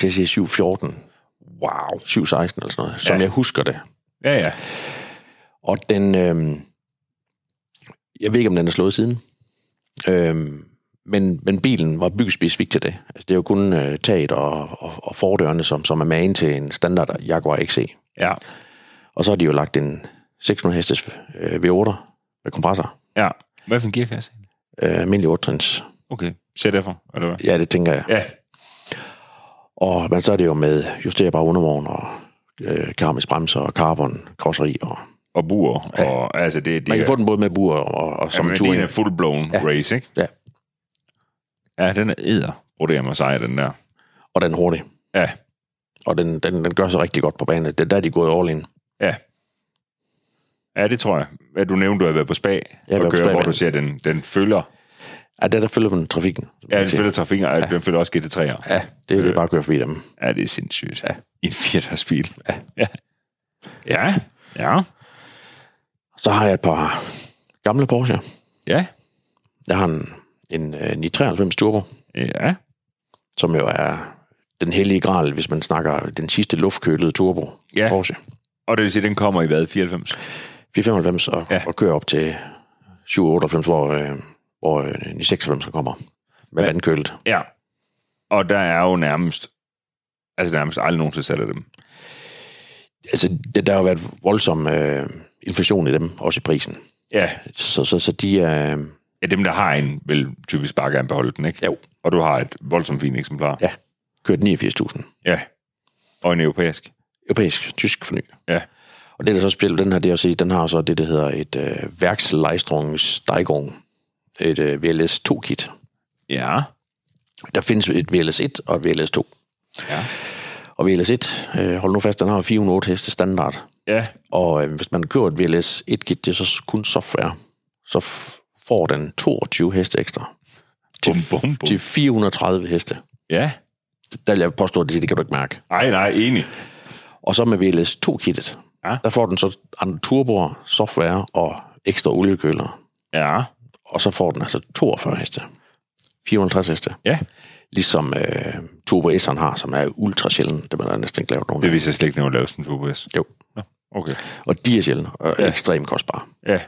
Speaker 2: Så jeg siger 714,
Speaker 1: Wow.
Speaker 2: 716 eller sådan noget, som
Speaker 1: Ja.
Speaker 2: ja. jeg husker det.
Speaker 1: Ja, ja.
Speaker 2: Og den... Øh, jeg ved ikke, om den er slået siden. Øh, men, men bilen var bygget specifikt til det. Altså, det er jo kun øh, taget og, og, og fordørene, som, som er magen til en standard Jaguar XE.
Speaker 1: Ja,
Speaker 2: Og så har de jo lagt en 600 hestes øh, V8 med kompressor.
Speaker 1: ja. Hvad for en gearkasse?
Speaker 2: Øh, almindelig 8 trins.
Speaker 1: Okay, ZF'er, eller hvad?
Speaker 2: Ja, det tænker jeg.
Speaker 1: Ja,
Speaker 2: Og men så er det jo med justerbar undervogn og øh, keramisk bremser og carbon, krosseri. Og,
Speaker 1: og buer,
Speaker 2: Ja.
Speaker 1: og altså det, det
Speaker 2: man
Speaker 1: er,
Speaker 2: kan få den både med bur og, og
Speaker 1: ja,
Speaker 2: som ja,
Speaker 1: men det er
Speaker 2: touring.
Speaker 1: en full-blown
Speaker 2: Ja.
Speaker 1: ja. race, ikke?
Speaker 2: Ja.
Speaker 1: Ja, den er æder, broderer mig sej, den der.
Speaker 2: Og den er hurtig.
Speaker 1: Ja,
Speaker 2: Og den, den, den gør sig rigtig godt på banen. Det er der, de er gået all in.
Speaker 1: Ja. Ja, det tror jeg. Hvad du nævnte, du har været på spa
Speaker 2: har
Speaker 1: og
Speaker 2: været på
Speaker 1: kører,
Speaker 2: spa,
Speaker 1: hvor du
Speaker 2: men-
Speaker 1: siger, at den, den følger,
Speaker 2: Ja, der, der følger den trafikken. som
Speaker 1: ja,
Speaker 2: man
Speaker 1: den
Speaker 2: siger.
Speaker 1: følger Øh. trafikken, og ja. den følger også GT3'er.
Speaker 2: Ja, det er jo det, bare at køre forbi dem.
Speaker 1: Ja, det er sindssygt.
Speaker 2: Ja.
Speaker 1: I en firdagsbil.
Speaker 2: Ja.
Speaker 1: ja. Ja. Ja.
Speaker 2: Så har jeg et par gamle Porsche.
Speaker 1: Ja.
Speaker 2: Jeg har en, en, øh, 993 Turbo,
Speaker 1: Ja.
Speaker 2: som jo er den hellige gral, hvis man snakker den sidste luftkølede turbo
Speaker 1: Ja.
Speaker 2: Porsche.
Speaker 1: Og det vil sige, at den kommer i hvad? 94?
Speaker 2: 495 og,
Speaker 1: Ja.
Speaker 2: ja. og kører op til 798, hvor, øh, hvor øh, 96 kommer med
Speaker 1: Hvad?
Speaker 2: vandkølet.
Speaker 1: Ja. Og der er jo nærmest... Altså nærmest aldrig nogensinde sat af dem.
Speaker 2: Altså, det, der har jo været voldsom øh, inflation i dem, også i prisen.
Speaker 1: Ja.
Speaker 2: Så, så, så de er... Øh,
Speaker 1: ja dem, der har en, vil typisk bare gerne beholde den, ikke?
Speaker 2: Jo.
Speaker 1: Og du har et voldsomt fint eksemplar.
Speaker 2: ja, kørt 89.000.
Speaker 1: ja. Og en europæisk.
Speaker 2: Europæisk, tysk forny.
Speaker 1: Ja.
Speaker 2: Og det, der så spiller den her, det er også, den har så det, der hedder et øh, værksleistungssteigung. Et øh, VLS2-kit.
Speaker 1: Ja.
Speaker 2: Der findes et VLS1 og et VLS2.
Speaker 1: Ja.
Speaker 2: Og VLS1, øh, hold nu fast, den har 408 heste standard.
Speaker 1: Ja.
Speaker 2: Og øh, hvis man kører et VLS1-kit, det er så kun software, så f- får den 22 heste ekstra. Til,
Speaker 1: Bum, bum, bum.
Speaker 2: til 430 heste.
Speaker 1: Ja.
Speaker 2: Der vil jeg påstå, at det, det kan du ikke mærke.
Speaker 1: Nej, nej, enig.
Speaker 2: Og så med VLS2-kittet,
Speaker 1: Ja.
Speaker 2: ja. der får den så andre turboer, software og ekstra oliekøler.
Speaker 1: Ja.
Speaker 2: Og så får den altså 42 heste. 450 heste.
Speaker 1: Ja.
Speaker 2: Ligesom øh, Turbo S'eren har, som er ultra sjældent. Det man har næsten ikke lavet nogen
Speaker 1: Det
Speaker 2: af.
Speaker 1: vidste jeg slet ikke, når jeg lavede sådan en Turbo S.
Speaker 2: Jo.
Speaker 1: Nå, okay.
Speaker 2: Og de er sjældne og
Speaker 1: Ja.
Speaker 2: ja. ekstremt kostbare.
Speaker 1: Ja.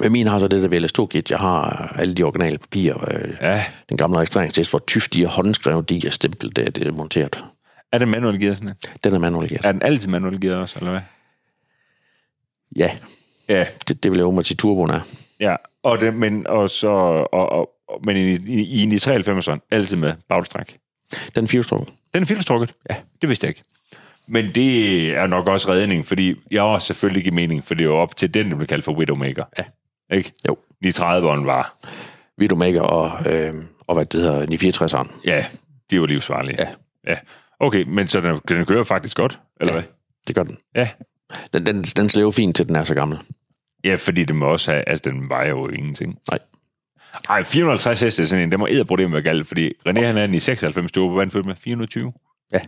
Speaker 2: Men min har så det der VLS2-kit. Jeg har øh, alle de originale papirer. Øh,
Speaker 1: ja.
Speaker 2: den gamle registreringstest, hvor tyft de er håndskrevet, de er stemplet, det, er- det er monteret.
Speaker 1: Er den manuel gear sådan en?
Speaker 2: Den er manuelt. Ja,
Speaker 1: Er den altid manuel gear også, eller hvad?
Speaker 2: ja
Speaker 1: Ja.
Speaker 2: det, det vil jeg åbenbart sige, turboen er.
Speaker 1: Ja. Og det, men, og så, og, og, og- men i, i, i en 93 altid med bagstræk.
Speaker 2: Den er firestrukken.
Speaker 1: Den er filmstrukket?
Speaker 2: Ja.
Speaker 1: Det vidste jeg ikke. Men det er nok også redning, fordi jeg også selvfølgelig giver mening, for det er jo op til den, der blev kaldt for Widowmaker.
Speaker 2: Ja.
Speaker 1: Ikke?
Speaker 2: Jo.
Speaker 1: 39'eren var,
Speaker 2: Vidomaker og, øh, og hvad det hedder, 964'eren.
Speaker 1: ja, de var livsfarlige.
Speaker 2: Ja.
Speaker 1: ja. Okay, men så den, den kører faktisk godt, eller
Speaker 2: Ja.
Speaker 1: hvad?
Speaker 2: Det gør den.
Speaker 1: Ja.
Speaker 2: Den, den, den slæver fint til, den er så gammel.
Speaker 1: Ja, fordi det må også have... Altså, den vejer jo ingenting.
Speaker 2: Nej.
Speaker 1: Ej, 450 heste, sådan en, det må æderbruge det med galt, fordi René, han er den i 96, du var på vandfølge med 420.
Speaker 2: Ja.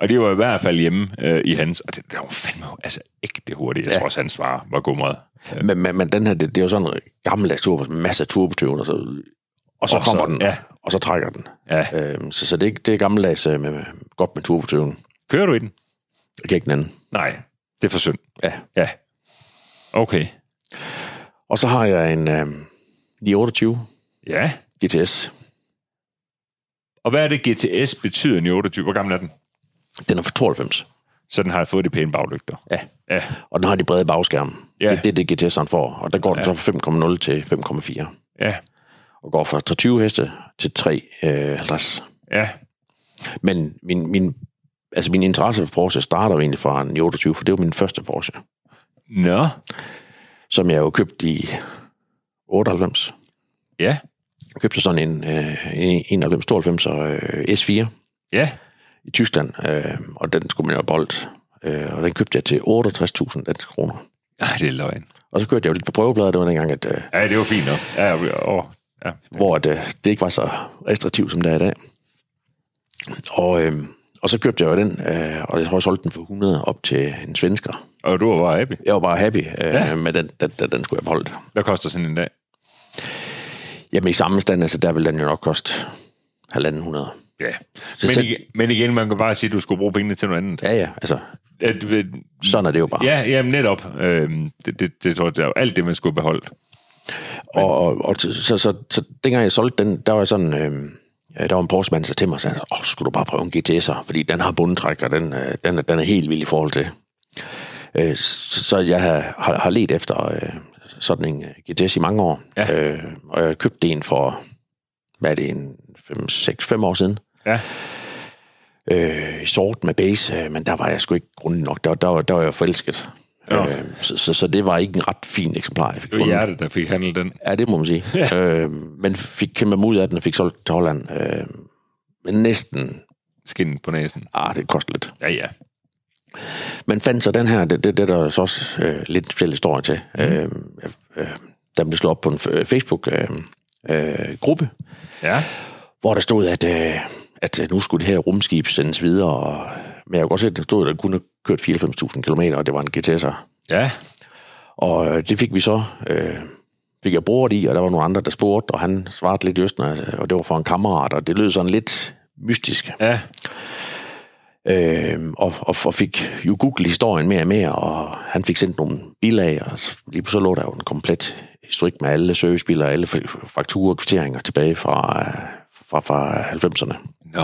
Speaker 1: Og det var i hvert fald hjemme øh, i hans, og det, det var fandme altså ægte hurtigt. Jeg
Speaker 2: Ja.
Speaker 1: tror også, hans var, var gumret.
Speaker 2: Men, men, men den her, det, det er jo sådan en gammeldags turbo, masser af turbotøven, og så, og så
Speaker 1: Og
Speaker 2: og
Speaker 1: så-
Speaker 2: kommer så, den,
Speaker 1: ja.
Speaker 2: og så trækker den.
Speaker 1: Ja.
Speaker 2: Øhm, så, så det, er ikke- det er gammeldags øh, med, med- godt med turbotøven.
Speaker 1: Kører du i den?
Speaker 2: Jeg kan ikke den anden.
Speaker 1: Nej, det er for synd.
Speaker 2: Ja.
Speaker 1: Ja. Okay.
Speaker 2: Og så har jeg en øh, 928
Speaker 1: Ja.
Speaker 2: GTS.
Speaker 1: Og hvad er det, GTS betyder, den 28? Hvor gammel er den?
Speaker 2: Den er fra 92,
Speaker 1: Så den har fået de pæne baglygter.
Speaker 2: Ja.
Speaker 1: Ja.
Speaker 2: og den har de brede bagskærme.
Speaker 1: Ja.
Speaker 2: Ja. Det, det er det, GTS'eren får. Og der går den
Speaker 1: Ja.
Speaker 2: ja. så fra 5,0 til 5,4.
Speaker 1: Ja.
Speaker 2: Og går fra 20 heste til 350.
Speaker 1: Ja.
Speaker 2: Men min, min, altså min interesse for Porsche starter jo egentlig fra en 28, for det var min første Porsche,
Speaker 1: Nå.
Speaker 2: som jeg jo købte i 98.
Speaker 1: Ja.
Speaker 2: Jeg købte sådan en, øh, en 91 92 øh, S4
Speaker 1: Ja.
Speaker 2: i Tyskland, øh, og den skulle man jo bolde. Øh, og den købte jeg til 68.000 danske kroner.
Speaker 1: Ej, det er løgn.
Speaker 2: Og så kørte jeg jo lidt på prøvebladet, det var dengang, at, øh,
Speaker 1: Ja, det var fint nok. Ja, og, ja.
Speaker 2: hvor at, øh, det ikke var så restriktivt, som det er i dag. Og, øh, og så købte jeg jo den, øh, og jeg tror, jeg solgte den for 100 op til en svensker.
Speaker 1: og du var bare happy.
Speaker 2: Jeg var bare happy øh,
Speaker 1: Ja.
Speaker 2: ja. med den, den, den, den skulle jeg beholde.
Speaker 1: Hvad koster sådan en dag?
Speaker 2: Jamen i samme stand, altså, der ville den jo nok koste 1.500.
Speaker 1: Ja.
Speaker 2: Så
Speaker 1: Men,
Speaker 2: selv-
Speaker 1: igen, men igen, man kan bare sige, at du skulle bruge pengene til noget andet.
Speaker 2: Ja, ja, altså,
Speaker 1: Ja, du ved,
Speaker 2: sådan er det jo bare.
Speaker 1: ja jamen netop. Øhm, det, det, det tror jeg, det er jo alt det, man skulle beholde.
Speaker 2: Og, og, og så, så, så, så dengang jeg solgte den, der var jeg sådan... Øh, ja, der var en Porsche-mand, der til mig og sagde, åh, skulle du bare prøve en GTS'er, fordi den har bundtræk, og den, øh, den, er, den er helt vild i forhold til. Øh, så, så jeg har, har, har let efter øh, sådan en øh, GTS i mange år.
Speaker 1: Ja.
Speaker 2: Øh, og jeg købte en for, hvad er det, en 5-6-5 år siden.
Speaker 1: Ja.
Speaker 2: Øh, i sort med base, øh, men der var jeg sgu ikke grundig nok. Der, der, var, der var jeg forelsket.
Speaker 1: Nå.
Speaker 2: Øh, så, så, så det var ikke en ret fin eksemplar, jeg fik
Speaker 1: Det var hjertet, der fik handlet den.
Speaker 2: Ja, det må man sige. øh, men fik kæmpe mod af den og fik solgt til Holland. Øh, men næsten,
Speaker 1: Skinnet på næsen.
Speaker 2: ah, det koster lidt.
Speaker 1: Ja, ja.
Speaker 2: Men fandt så den her, det, det, det er der så også øh, lidt speciel historie til. Mm. Øh, øh, der blev slået op på en f- øh, Facebook-gruppe, øh, øh, gruppe,
Speaker 1: Ja.
Speaker 2: hvor der stod, at, øh, at øh, nu skulle det her rumskib sendes videre. Og, men jeg kunne godt se, at der stod, at der kun havde kørt 94.000 km, og det var en GTS'er.
Speaker 1: Ja.
Speaker 2: Og øh, det fik vi så, øh, fik jeg brugt i, og der var nogle andre, der spurgte, og han svarede lidt østen, og det var for en kammerat, og det lød sådan lidt mystisk.
Speaker 1: Ja.
Speaker 2: Øh, og, og, og fik jo googlet historien mere og mere, og han fik sendt nogle bilag, og så- lige så lå der jo en komplet historik med alle servicebiler, alle fa- fakturer og kvitteringer tilbage fra, øh, fra, fra 90'erne.
Speaker 1: Nå.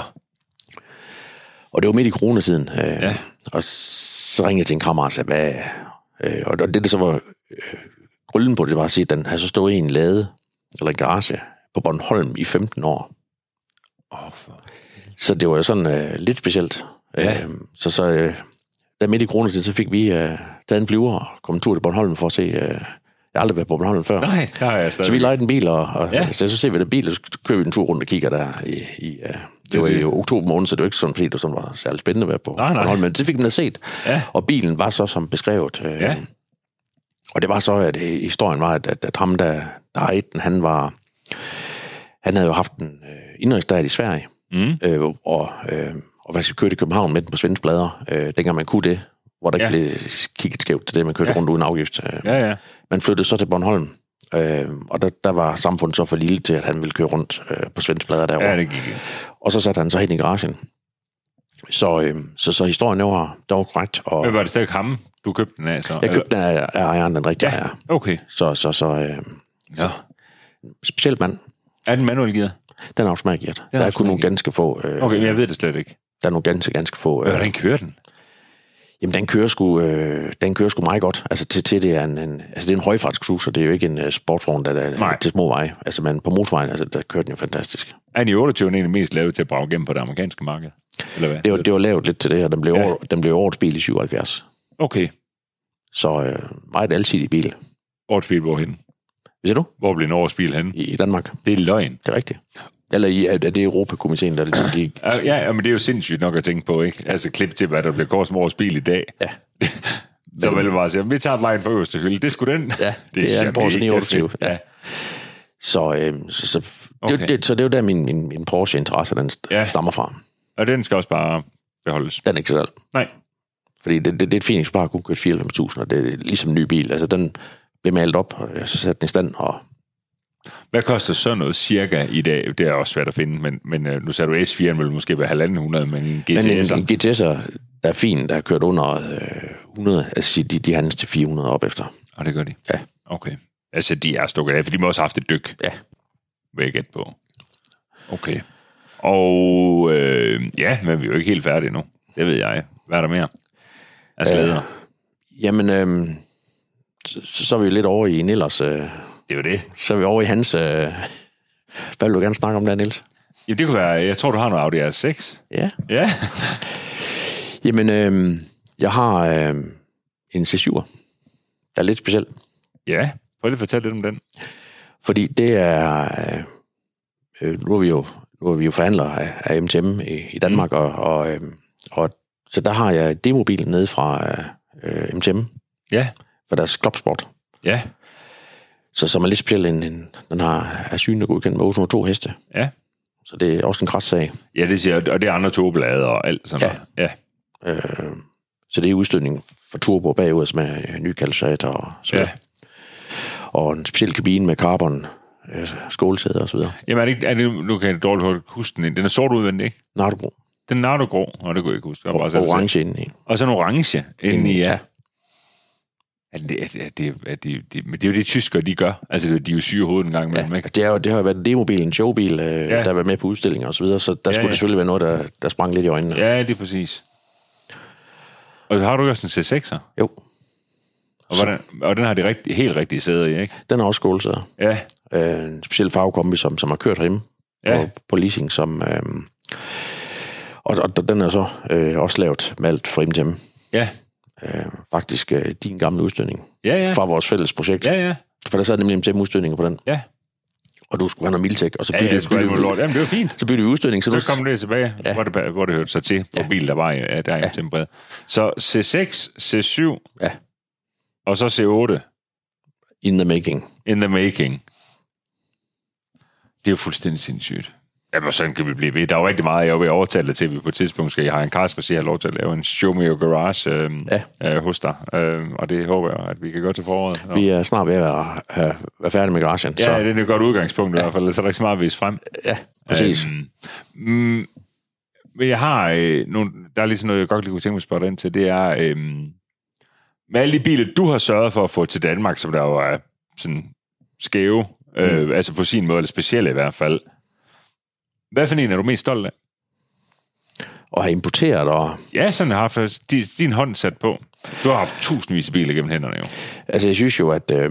Speaker 2: Og det var midt i coronatiden. Øh,
Speaker 1: Ja.
Speaker 2: ja. Og så ringede jeg til en kammerat og sagde, hvad... Øh, og og det, der så var øh, grøllen på, det var at sige, at den havde så stået i en lade, eller en garage, på Bornholm i 15 år.
Speaker 1: Åh, for...
Speaker 2: Så det var jo sådan øh, lidt specielt.
Speaker 1: Ja.
Speaker 2: Øh, så så øh, der midt i coronatiden, så fik vi øh, taget en flyver og kom en tur til Bornholm for at se... Øh, jeg har aldrig været på Bornholm før.
Speaker 1: Nej, der har jeg
Speaker 2: Så vi
Speaker 1: stadig.
Speaker 2: lejede en bil, og, og
Speaker 1: Ja.
Speaker 2: ja. så, så ser vi den bil, og så kører vi en tur rundt og kigger der. I, i, uh,
Speaker 1: er
Speaker 2: det var
Speaker 1: det.
Speaker 2: i oktober måned, så det var ikke sådan, fordi det sådan var særlig spændende at være på.
Speaker 1: Nej, nej.
Speaker 2: Bornholm, Men det fik man da set.
Speaker 1: Ja.
Speaker 2: Og bilen var så som beskrevet. øh,
Speaker 1: Ja.
Speaker 2: Og det var så, at øh, historien var, at, at, at ham, der, der ejede den, han var... Han havde jo haft en øh, indrigsdag i Sverige,
Speaker 1: Mm.
Speaker 2: øh, og, øh, og faktisk kørte i København med den på svenske blader, øh, dengang man kunne det, hvor der
Speaker 1: Ja.
Speaker 2: ja. blev kigget skævt til det, man kørte
Speaker 1: Ja.
Speaker 2: ja. rundt uden afgift. Øh,
Speaker 1: Ja, ja.
Speaker 2: man flyttede så til Bornholm, øh, og der, der var samfundet så for lille til, at han ville køre rundt øh, på svensk plader derovre.
Speaker 1: Ja,
Speaker 2: Ja,
Speaker 1: det gik. ikke.
Speaker 2: og så satte han sig hen i garagen. Så, øh, så, så historien den var, den var korrekt, og
Speaker 1: Men var det stadig ham, du købte den af? Så?
Speaker 2: jeg købte den af, af ejeren, den rigtige
Speaker 1: Ja.
Speaker 2: ja. ejer.
Speaker 1: Okay.
Speaker 2: Så, så, så øh,
Speaker 1: Ja.
Speaker 2: speciel mand,
Speaker 1: Er den manuel gear?
Speaker 2: den er automatgearet. Der er kun nogle
Speaker 1: automatgearet.
Speaker 2: ganske få, øh,
Speaker 1: Okay, men jeg ved det slet ikke.
Speaker 2: der er nogle ganske, ganske få. Øh,
Speaker 1: Hvordan kører den?
Speaker 2: Jamen, den kører sgu, øh, den kører sgu meget godt. Altså, til, til det er en, en, altså, det er en højfartscruiser, det er jo ikke en uh, sportsvogn, der der-
Speaker 1: Nej.
Speaker 2: til små veje. Altså, men på motorvejen, altså, der kører den jo fantastisk.
Speaker 1: Er den i 28 egentlig mest lavet til at brage gennem på det amerikanske marked? Eller hvad?
Speaker 2: Det var, det var lavet lidt til det her. Den blev,
Speaker 1: Ja.
Speaker 2: ja. over, den blev årets bil i 77.
Speaker 1: Okay.
Speaker 2: Så øh, meget alsidig bil.
Speaker 1: Årets bil, hvorhen?
Speaker 2: Hvis du?
Speaker 1: Hvor blev en årets bil henne?
Speaker 2: I, I Danmark.
Speaker 1: Det er løgn.
Speaker 2: Det er rigtigt. Eller i, er er det Europakomiteen, der ligesom gik...
Speaker 1: Ja, ja, men det er jo sindssygt nok at tænke på, ikke? Altså klip til, hvad der bliver kort som årets bil i dag.
Speaker 2: Ja.
Speaker 1: Så vil jeg bare sige, vi tager vejen fra øverste hylde. Det skulle den.
Speaker 2: Ja, det, det
Speaker 1: synes
Speaker 2: er
Speaker 1: jeg
Speaker 2: en Porsche
Speaker 1: mega
Speaker 2: 928.
Speaker 1: fedt.
Speaker 2: Ja.
Speaker 1: Ja.
Speaker 2: Så, øh, så, så, okay.
Speaker 1: Okay.
Speaker 2: det, det, så det er jo der, min, min, min Porsche-interesse den st-
Speaker 1: Ja.
Speaker 2: ja. stammer fra.
Speaker 1: Og den skal også bare beholdes.
Speaker 2: Den er ikke selv.
Speaker 1: Nej.
Speaker 2: Fordi det, det, det er et fint eksemplar, at kunne køre 94.000, og det er ligesom en ny bil. Altså, den blev malet op, og jeg så satte den i stand, og
Speaker 1: Hvad koster sådan noget cirka i dag? Det er også svært at finde, men, men øh, nu sagde du S4'en ville måske være 1.500, men en
Speaker 2: Men en,
Speaker 1: GTS'er.
Speaker 2: en GTS'er, der er fin, der har kørt under øh, 100, altså de, de handles til 400 op efter.
Speaker 1: Og det gør de?
Speaker 2: Ja.
Speaker 1: Okay. Altså, de er stukket af, for de må også have haft et dyk.
Speaker 2: Ja.
Speaker 1: Vil jeg gætte på. Okay. Og øh, ja, men vi er jo ikke helt færdige nu. Det ved jeg. Hvad er der mere? Altså,
Speaker 2: Øh.
Speaker 1: slæder.
Speaker 2: Jamen, øh, så, så er vi jo lidt over i Nillers, øh,
Speaker 1: Det er jo det.
Speaker 2: så er vi over i hans... Øh, hvad vil du gerne snakke om der, Niels?
Speaker 1: Ja, det kunne være, jeg tror, du har noget Audi R6.
Speaker 2: Ja.
Speaker 1: Ja.
Speaker 2: Jamen, øh, jeg har øh, en C7'er, der er lidt speciel,
Speaker 1: Ja, prøv lige at fortælle lidt om den.
Speaker 2: fordi det er... Øh, øh, nu er vi jo, nu er vi jo forhandlere af, af MTM i, i Danmark, og, og, øh, og så der har jeg demobilen nede fra øh, øh, MTM,
Speaker 1: Ja,
Speaker 2: for deres klopsport.
Speaker 1: ja,
Speaker 2: Så som er lidt speciel, en, en, den har, er synet godkendt med 802 heste.
Speaker 1: ja.
Speaker 2: Så det er også en kratssag.
Speaker 1: Ja, det siger, og det er andre toblade og alt sådan
Speaker 2: Ja.
Speaker 1: noget. Ja.
Speaker 2: Øh, så det er udstødning for turbo bagud, som er øh, ny katalysator og så
Speaker 1: ja.
Speaker 2: videre. Og en speciel kabine med carbon, øh, skålsæder og så videre.
Speaker 1: Jamen, er det ikke, er det, nu kan jeg dårligt huske den. Den er sort udvendig, ikke?
Speaker 2: Nardo
Speaker 1: Den er nardo-grå. Nå, det kunne jeg ikke huske. Det var altså-
Speaker 2: og,
Speaker 1: bare
Speaker 2: og
Speaker 1: selv-
Speaker 2: orange indeni.
Speaker 1: Og så en orange inde i,
Speaker 2: Indeni,
Speaker 1: ja.
Speaker 2: ja.
Speaker 1: Er det, er det, er det, er det, det, men det er jo det, tyskere de gør. Altså, det- de er jo syge i hovedet en gang imellem,
Speaker 2: Ja,
Speaker 1: ikke?
Speaker 2: det, er jo, det har jo været en demobil, en showbil, øh, ja. der har været med på udstillinger og så videre, så der
Speaker 1: Ja,
Speaker 2: ja, skulle
Speaker 1: ja.
Speaker 2: ja. det selvfølgelig være noget, der, der sprang lidt i øjnene.
Speaker 1: Ja, det er præcis. Og så har du jo også en C6'er.
Speaker 2: Jo,
Speaker 1: Og, hvordan, og den har de rigtig, helt rigtige sæder i, ikke?
Speaker 2: den har også skålsæder.
Speaker 1: Ja,
Speaker 2: øh, en speciel farvekombi, som, som har kørt herhjemme
Speaker 1: Ja.
Speaker 2: ja. på, på leasing, som... Øh, og, og den er så øh, også lavet med alt fra MTM.
Speaker 1: ja,
Speaker 2: Øh, faktisk øh, din gamle udstødning
Speaker 1: ja, ja.
Speaker 2: ja. fra vores fælles projekt. Ja.
Speaker 1: Ja, ja,
Speaker 2: For der sad nemlig MTM udstødninger på den,
Speaker 1: ja.
Speaker 2: og du skulle have noget Miltech, og så
Speaker 1: Ja,
Speaker 2: byttede,
Speaker 1: ja, det skulle
Speaker 2: byttede,
Speaker 1: være lort. Jamen, det var fint.
Speaker 2: så byttede vi udstødning. Så,
Speaker 1: Så kom det tilbage, ja.
Speaker 2: Ja.
Speaker 1: hvor, det, hvor det hørte sig til, på ja.
Speaker 2: Ja.
Speaker 1: bil, der var i, ja, der i
Speaker 2: Ja.
Speaker 1: ja. Så C6, C7,
Speaker 2: Ja.
Speaker 1: og så C8
Speaker 2: in the making.
Speaker 1: in the making. Det er jo fuldstændig sindssygt. Jamen, sådan kan vi blive ved. Der er jo rigtig meget, jeg er ved at overtale dig til, at vi på et tidspunkt skal have en karsk og sige, at jeg har lov til at lave en show me your garage øh, ja.
Speaker 2: Ja.
Speaker 1: øh, hos dig. Øh, og det håber jeg, at vi kan gøre til foråret.
Speaker 2: Ja. Vi er snart ved at være, have, være færdige med garagen.
Speaker 1: Ja,
Speaker 2: så,
Speaker 1: så. det er et godt udgangspunkt ja. i hvert fald, så er der ikke så meget at vise frem.
Speaker 2: ja, præcis.
Speaker 1: Øhm, mm, men jeg har øh, nogle, der er lige sådan noget, jeg godt lige kunne tænke mig at spørge ind til, det er, øh, med alle de biler, du har sørget for at få til Danmark, som der jo er sådan skæve,
Speaker 2: Mm.
Speaker 1: øh, altså på sin måde, eller specielle i hvert fald, hvad for en er du mest stolt af?
Speaker 2: Og har importeret, og
Speaker 1: Ja, sådan har jeg haft din, din hånd sat på. Du har haft tusindvis af biler gennem hænderne jo.
Speaker 2: Altså, jeg synes jo, at... Øh,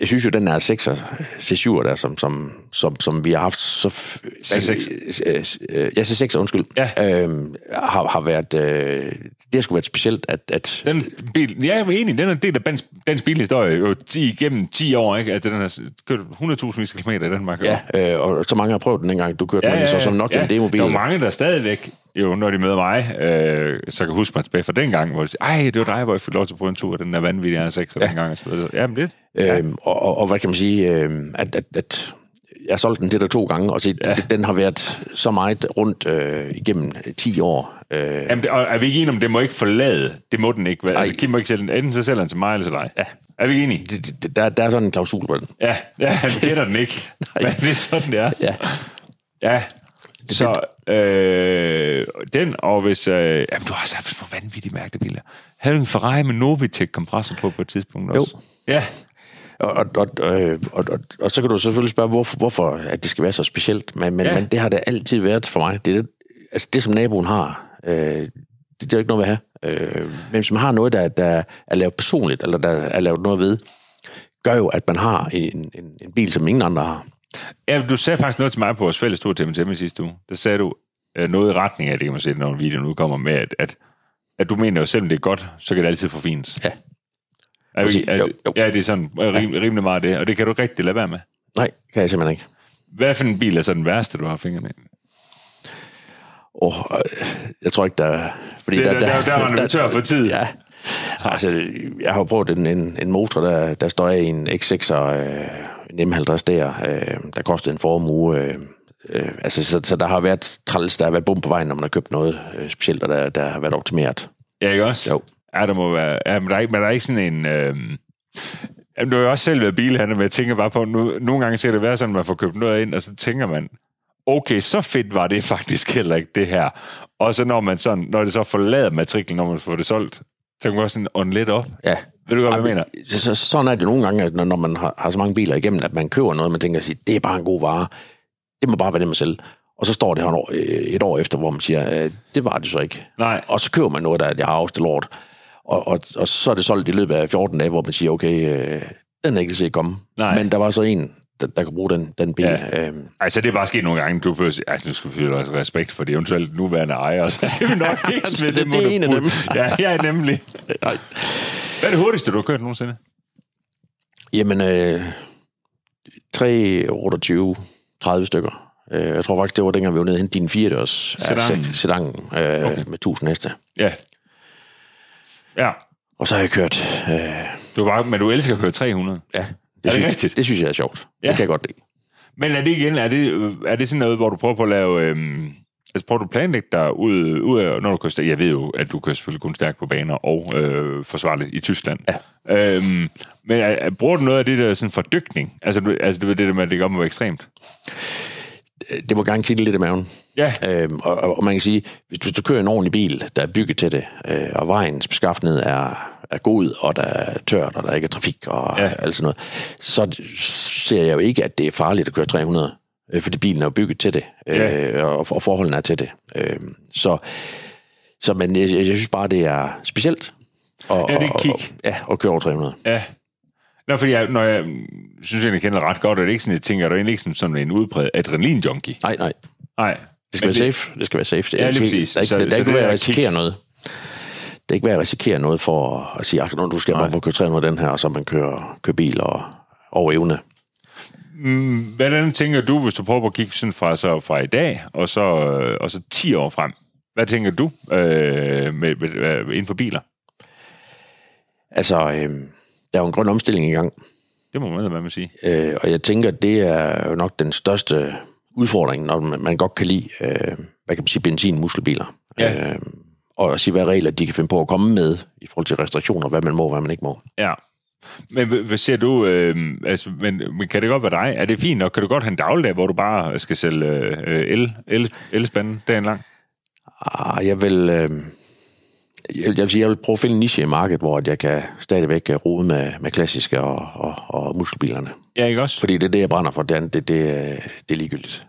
Speaker 2: jeg synes jo, den her 6 C7 der, som, som, som, som vi har haft så... f-
Speaker 1: C6.
Speaker 2: Øh, øh, Ja, C6, undskyld.
Speaker 1: Ja.
Speaker 2: Øhm, har, har været... Øh, det har sgu været specielt, at... at
Speaker 1: Den bil, ja, jeg er enig, den er en del af dansk, dansk bilhistorie jo ti- igennem 10 år, ikke? Altså, den har s- kørt 100.000 km i Danmark. jo.
Speaker 2: ja, øh, og så mange har prøvet den dengang, du kørte ja, den, ja, så som nok ja, den demobil.
Speaker 1: Der er mange, der stadigvæk, jo, når de møder mig, øh, så kan huske mig tilbage fra dengang, hvor de siger, ej, det var dig, hvor jeg fik lov til at prøve en tur, den der vanvittige R6 ja. dengang. Og så videre. Ja, men det,
Speaker 2: Øhm, og, og, og hvad kan man sige, øhm, at, at, at jeg solgte den til dig to gange, og se,
Speaker 1: Ja.
Speaker 2: ja. den har været så meget rundt øh, igennem 10 år. Øh, ja.
Speaker 1: jamen, det, og er vi ikke enige om, det må ikke forlade? Det må den ikke. Vel?
Speaker 2: Ej.
Speaker 1: Altså, Kim må ikke sælge den. Enten så sælger den til mig, eller til dig.
Speaker 2: Ja.
Speaker 1: Er vi ikke enige?
Speaker 2: det, det, der, der er sådan en klausul på den.
Speaker 1: Ja, ja han kender den ikke. men det er sådan, det er.
Speaker 2: Ja.
Speaker 1: Ja. Så øh, den, og hvis... Øh, jamen, du har også haft nogle vanvittige mærkebiler. Havde du en Ferrari med Novitec-kompressor på på et tidspunkt også? Jo. Ja.
Speaker 2: Og, og, og, øh, og, og, og så kan du selvfølgelig spørge, hvorfor, hvorfor at det skal være så specielt, men, men,
Speaker 1: Ja.
Speaker 2: ja. men det har det altid været for mig. Det, er det, altså det som naboen har, øh, det, det er jo ikke noget at have. Øh, men hvis man har noget, der, der er lavet personligt, eller der er lavet noget ved, gør jo, at man har en, en, en bil, som ingen andre har.
Speaker 1: Ja, du sagde faktisk noget til mig på vores fælles tur til MTM i sidste uge. Der sagde du øh, noget i retning af, det kan man se, når videoen udkommer med, at, at, at du mener jo, selvom det er godt, så kan det altid forfines.
Speaker 2: Ja.
Speaker 1: Er vi,
Speaker 2: Præcis.
Speaker 1: er,
Speaker 2: Jo, jo.
Speaker 1: Ja, det er sådan øh, rim, rimelig meget det, og det kan du ikke rigtig lade være med.
Speaker 2: Nej, kan jeg simpelthen ikke.
Speaker 1: Hvad for en bil er så den værste, du har fingrene i?
Speaker 2: Oh, jeg tror ikke, der... Fordi
Speaker 1: Det, der, der, der, der var en tør for tid.
Speaker 2: Ja, Altså, jeg har jo prøvet en, en, en motor, der, der står af i en X6'er, øh, en M50 der, øh, der kostede en formue. Øh, øh, altså, så, så der har været træls, der har været bum på vejen, når man har købt noget øh, specielt, og der, der har været optimeret.
Speaker 1: Ja, ikke også?
Speaker 2: Jo.
Speaker 1: Ja, der må være... Ja, men der er, ikke, men der er ikke sådan en... Øh... Jamen, du har jo også selv været bilhandler, men jeg tænker bare på, nu, nogle gange ser det være sådan, at man får købt noget ind, og så tænker man, okay, så fedt var det faktisk heller ikke det her. Og så når man sådan, når det så forlader matriklen, når man får det solgt, så kan man også sådan ånde lidt op.
Speaker 2: Ja.
Speaker 1: Ved du godt, hvad jeg mener?
Speaker 2: Så, så, sådan er det nogle gange, at når, når man har, har så mange biler igennem, at man køber noget, man tænker sig, det er bare en god vare. Det må bare være det man selv. Og så står det her en år, øh, et år efter, hvor man siger, øh, det var det så ikke.
Speaker 1: Nej.
Speaker 2: Og så køber man noget, der er det arveste lort. Og, og, og så er det solgt i løbet af 14 dage, hvor man siger, okay, øh, den er ikke set komme.
Speaker 1: Nej.
Speaker 2: Men der var så en, der, der kunne bruge den, den bil. Ja. Øh,
Speaker 1: Altså, det er bare sket nogle gange, du behøver sige, "Ej, nu skal vi føle os respekt for det eventuelt nuværende ejer, og så skal vi nok ikke smide det,
Speaker 2: Det er en af
Speaker 1: monopol."
Speaker 2: dem.
Speaker 1: ja, ja, nemlig.
Speaker 2: nej.
Speaker 1: Hvad er det hurtigste, du har kørt nogensinde?
Speaker 2: Jamen, øh, 3, 28, 30 stykker. Øh, jeg tror faktisk, det var dengang, vi var nede og hente din 4 dørs
Speaker 1: Sedanen.
Speaker 2: sedangen øh,
Speaker 1: Okay.
Speaker 2: okay. med 1000 heste.
Speaker 1: Ja. Ja.
Speaker 2: Og så har jeg kørt... Øh,
Speaker 1: Du er bare, men du elsker at køre 300.
Speaker 2: ja,
Speaker 1: det
Speaker 2: synes,
Speaker 1: rigtigt?
Speaker 2: Det synes jeg er sjovt.
Speaker 1: Ja.
Speaker 2: Ja. Det kan jeg godt lide.
Speaker 1: Men er det igen, er det, øh, er det sådan noget, hvor du prøver på at lave... Øhm, altså prøver du at planlægge dig ud, ud af, når du kører stærkt? Jeg ved jo, at du kører selvfølgelig kun stærkt på baner og øh, forsvarligt i Tyskland.
Speaker 2: Ja.
Speaker 1: Øhm, men er, er, bruger du noget af det der sådan fordykning? Altså, du, altså det, det der med at lægge op og være ekstremt?
Speaker 2: Øh, Det må gerne kigge lidt i maven.
Speaker 1: Ja,
Speaker 2: Øhm, og, og og man kan sige, hvis du, hvis du kører en ordentlig bil, der er bygget til det, øh, og vejens beskaffenhed er, er god, og der er tørt, og der ikke er trafik, og
Speaker 1: Ja.
Speaker 2: ja. alt sådan noget, så ser jeg jo ikke, at det er farligt at køre 300, øh, fordi bilen er jo bygget til det, øh,
Speaker 1: Ja.
Speaker 2: og, og forholdene er til det. Øh, så, så men jeg, jeg synes bare, det er specielt. Og,
Speaker 1: Ja, det er et
Speaker 2: og-
Speaker 1: kick.
Speaker 2: Og, ja, at køre over 300.
Speaker 1: Ja. Nå, fordi jeg, når jeg mm, synes, jeg kender det ret godt, og det er ikke sådan, jeg tænker, at du er egentlig ikke sådan, sådan en udpræget adrenalin-junkie.
Speaker 2: Nej, nej.
Speaker 1: Nej.
Speaker 2: Det skal
Speaker 1: Men
Speaker 2: være safe. Det skal være safe. Det er
Speaker 1: Ja,
Speaker 2: ikke,
Speaker 1: lige
Speaker 2: helt-
Speaker 1: præcis.
Speaker 2: Der er ikke,
Speaker 1: Så-
Speaker 2: så, der er
Speaker 1: så
Speaker 2: ikke
Speaker 1: det
Speaker 2: værd
Speaker 1: er
Speaker 2: at
Speaker 1: kick.
Speaker 2: risikere noget. Det er ikke værd at risikere noget for at- at sige, at nu skal jeg
Speaker 1: Nej.
Speaker 2: bare på at køre 300 den her, og så man kører, kører bil og, og evne.
Speaker 1: Mm, Hvordan tænker du, hvis du prøver på at kigge sådan fra, så fra i dag, og så, øh, og så 10 år frem? Hvad tænker du øh, med, med, med, inden for biler?
Speaker 2: Altså, øh, der er jo en grøn omstilling i gang,
Speaker 1: Det må man, hvad man sige.
Speaker 2: øh, og jeg tænker, det er jo nok den største udfordring, når man, man godt kan lide, øh, hvad kan man sige, benzin-muskelbiler.
Speaker 1: Ja.
Speaker 2: Øh, og at sige, hvad regler de kan finde på at komme med i forhold til restriktioner, hvad man må, hvad man ikke må.
Speaker 1: Ja. Men h- hvad ser du, øh, altså, men, men kan det godt være dig? Er det fint nok? Kan du godt have en dagligdag, hvor du bare skal sælge øh, el, el, elspanden dagen lang?
Speaker 2: Ah, jeg vil... Øh, jeg, jeg, vil sige, jeg vil prøve at finde en niche i markedet, hvor at jeg kan stadigvæk øh, rode med, med klassiske og, og, og muskelbilerne.
Speaker 1: Ja, ikke også?
Speaker 2: Fordi det er det, jeg brænder for. Det, andet, det, det, øh, det er ligegyldigt.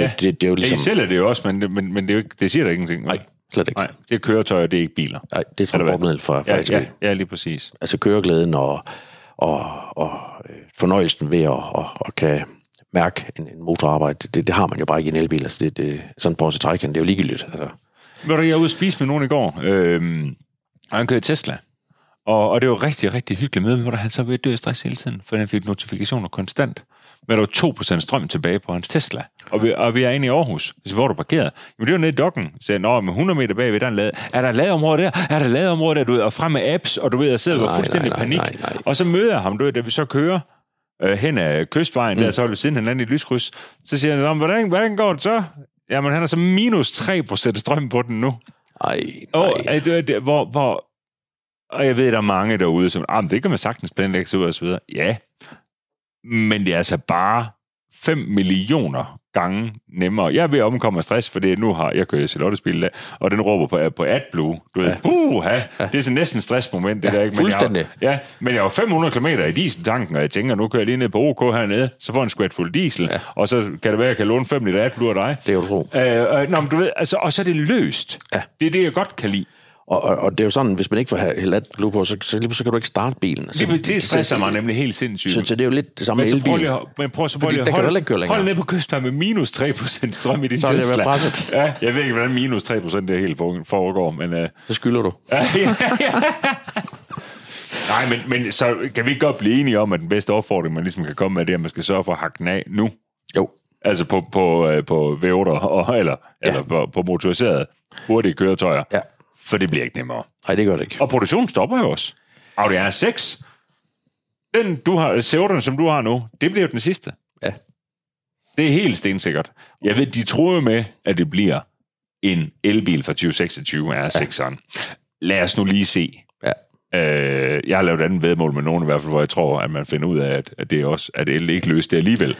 Speaker 1: Ja.
Speaker 2: ja. det, det er jo
Speaker 1: Ligesom...
Speaker 2: ligesom...
Speaker 1: Ja, I sælger det jo også, men, det- men, men det, er jo ikke, det siger der ingenting.
Speaker 2: Nej, slet ikke. Nej,
Speaker 1: Nej, det er køretøjer, det er ikke biler.
Speaker 2: Nej det er
Speaker 1: Eller hvad?
Speaker 2: transportmiddel for, for
Speaker 1: Ja,
Speaker 2: ATV.
Speaker 1: ja, ja, lige præcis.
Speaker 2: Altså køreglæden og, og, og øh, fornøjelsen ved at og, og kan mærke en, en motorarbejde, det- det, det, har man jo bare ikke i en elbil. Altså det, det, sådan på en Taycan, det er jo ligegyldigt. Altså.
Speaker 1: Ved du, jeg var ude at spise med nogen i går, øhm, og han kører Tesla. Og, og det var rigtig, rigtig hyggeligt møde, men hvor der han så var ved at dø af stress hele tiden, for han fik notifikationer konstant. Men der var 2% strøm tilbage på hans Tesla. Og vi, og vi er inde i Aarhus. Så hvor er du parkeret? Jamen det var nede i dokken. Så sagde jeg, nå, men 100 meter bagved, der er, en lade. er der et ladeområde der? Er der et ladeområde der? Du ved, og frem med apps, og du ved, jeg sidder og var
Speaker 2: Nej,
Speaker 1: fuldstændig
Speaker 2: nej, nej,
Speaker 1: panik.
Speaker 2: nej, nej.
Speaker 1: Og så møder jeg ham, du ved, da vi så kører øh, hen ad kystvejen, mm. der så holder vi siden hinanden i et lyskryds. Så siger han, "Nå, men hvordan, hvordan går det så? Jamen, han har så minus 3% strøm på den nu.
Speaker 2: Ej,
Speaker 1: Åh,
Speaker 2: nej.
Speaker 1: oh, det, det, det, hvor, hvor... Og jeg ved, der er mange derude, som... Ah, men det kan man sagtens planlægge sig ud og så videre. Ja, men det er altså bare 5 millioner gange nemmere. Jeg er ved at omkomme af stress, for det nu har jeg kørt Charlottes bil i dag, og den råber på, på AdBlue. Du ved, ja. uha, det er sådan næsten stressmoment, det
Speaker 2: Ja,
Speaker 1: der, ikke?
Speaker 2: fuldstændig.
Speaker 1: Jeg, ja, men jeg var 500 km i dieseltanken, og jeg tænker, nu kører jeg lige ned på OK hernede, så får en squat fuld diesel, ja.
Speaker 2: Ja.
Speaker 1: og så kan det være, at jeg kan låne 5 liter AdBlue af dig.
Speaker 2: Det er jo tro.
Speaker 1: Øh, øh, nå, men du ved, altså, og så er det løst.
Speaker 2: Ja.
Speaker 1: Det er det, jeg godt kan lide.
Speaker 2: Og, og, og det er jo sådan, hvis man ikke får hældt blue på, så, så, så, så kan du ikke starte bilen. Altså,
Speaker 1: Det, det stresser mig nemlig helt sindssygt.
Speaker 2: Så, så det er jo lidt det samme
Speaker 1: men
Speaker 2: med
Speaker 1: så prøv lige,
Speaker 2: elbilen.
Speaker 1: at- men prøv så prøv
Speaker 2: Fordi
Speaker 1: lige at
Speaker 2: der kan du heller
Speaker 1: holde,
Speaker 2: ikke køre længere.
Speaker 1: holde ned på kysten med minus 3% strøm i din
Speaker 2: Så vil jeg
Speaker 1: Tesla.
Speaker 2: være presset.
Speaker 1: Ja, jeg ved ikke, hvordan minus 3% det helt foregår, men... Øh,
Speaker 2: Så skylder du.
Speaker 1: ja, ja. Nej, men, men så kan vi ikke godt blive enige om, at den bedste opfordring, man ligesom kan komme med, det er, at man skal sørge for at hakke den af nu.
Speaker 2: Jo.
Speaker 1: Altså på, på, øh, på V8'er, og, eller, ja. eller på, på motoriserede hurtige køretøjer.
Speaker 2: Ja.
Speaker 1: for det bliver ikke nemmere.
Speaker 2: Nej, det gør det ikke.
Speaker 1: Og produktionen stopper jo også. Audi R6, den du har, Seudon, som du har nu, det bliver jo den sidste.
Speaker 2: Ja.
Speaker 1: Det er helt stensikkert. Jeg ved, de troede med, at det bliver en elbil fra 2026 r 6 ja. Lad os nu lige se.
Speaker 2: Ja.
Speaker 1: Øh, jeg har lavet et andet vedmål med nogen i hvert fald, hvor jeg tror, at man finder ud af, at, at det er også, at el ikke løser det alligevel.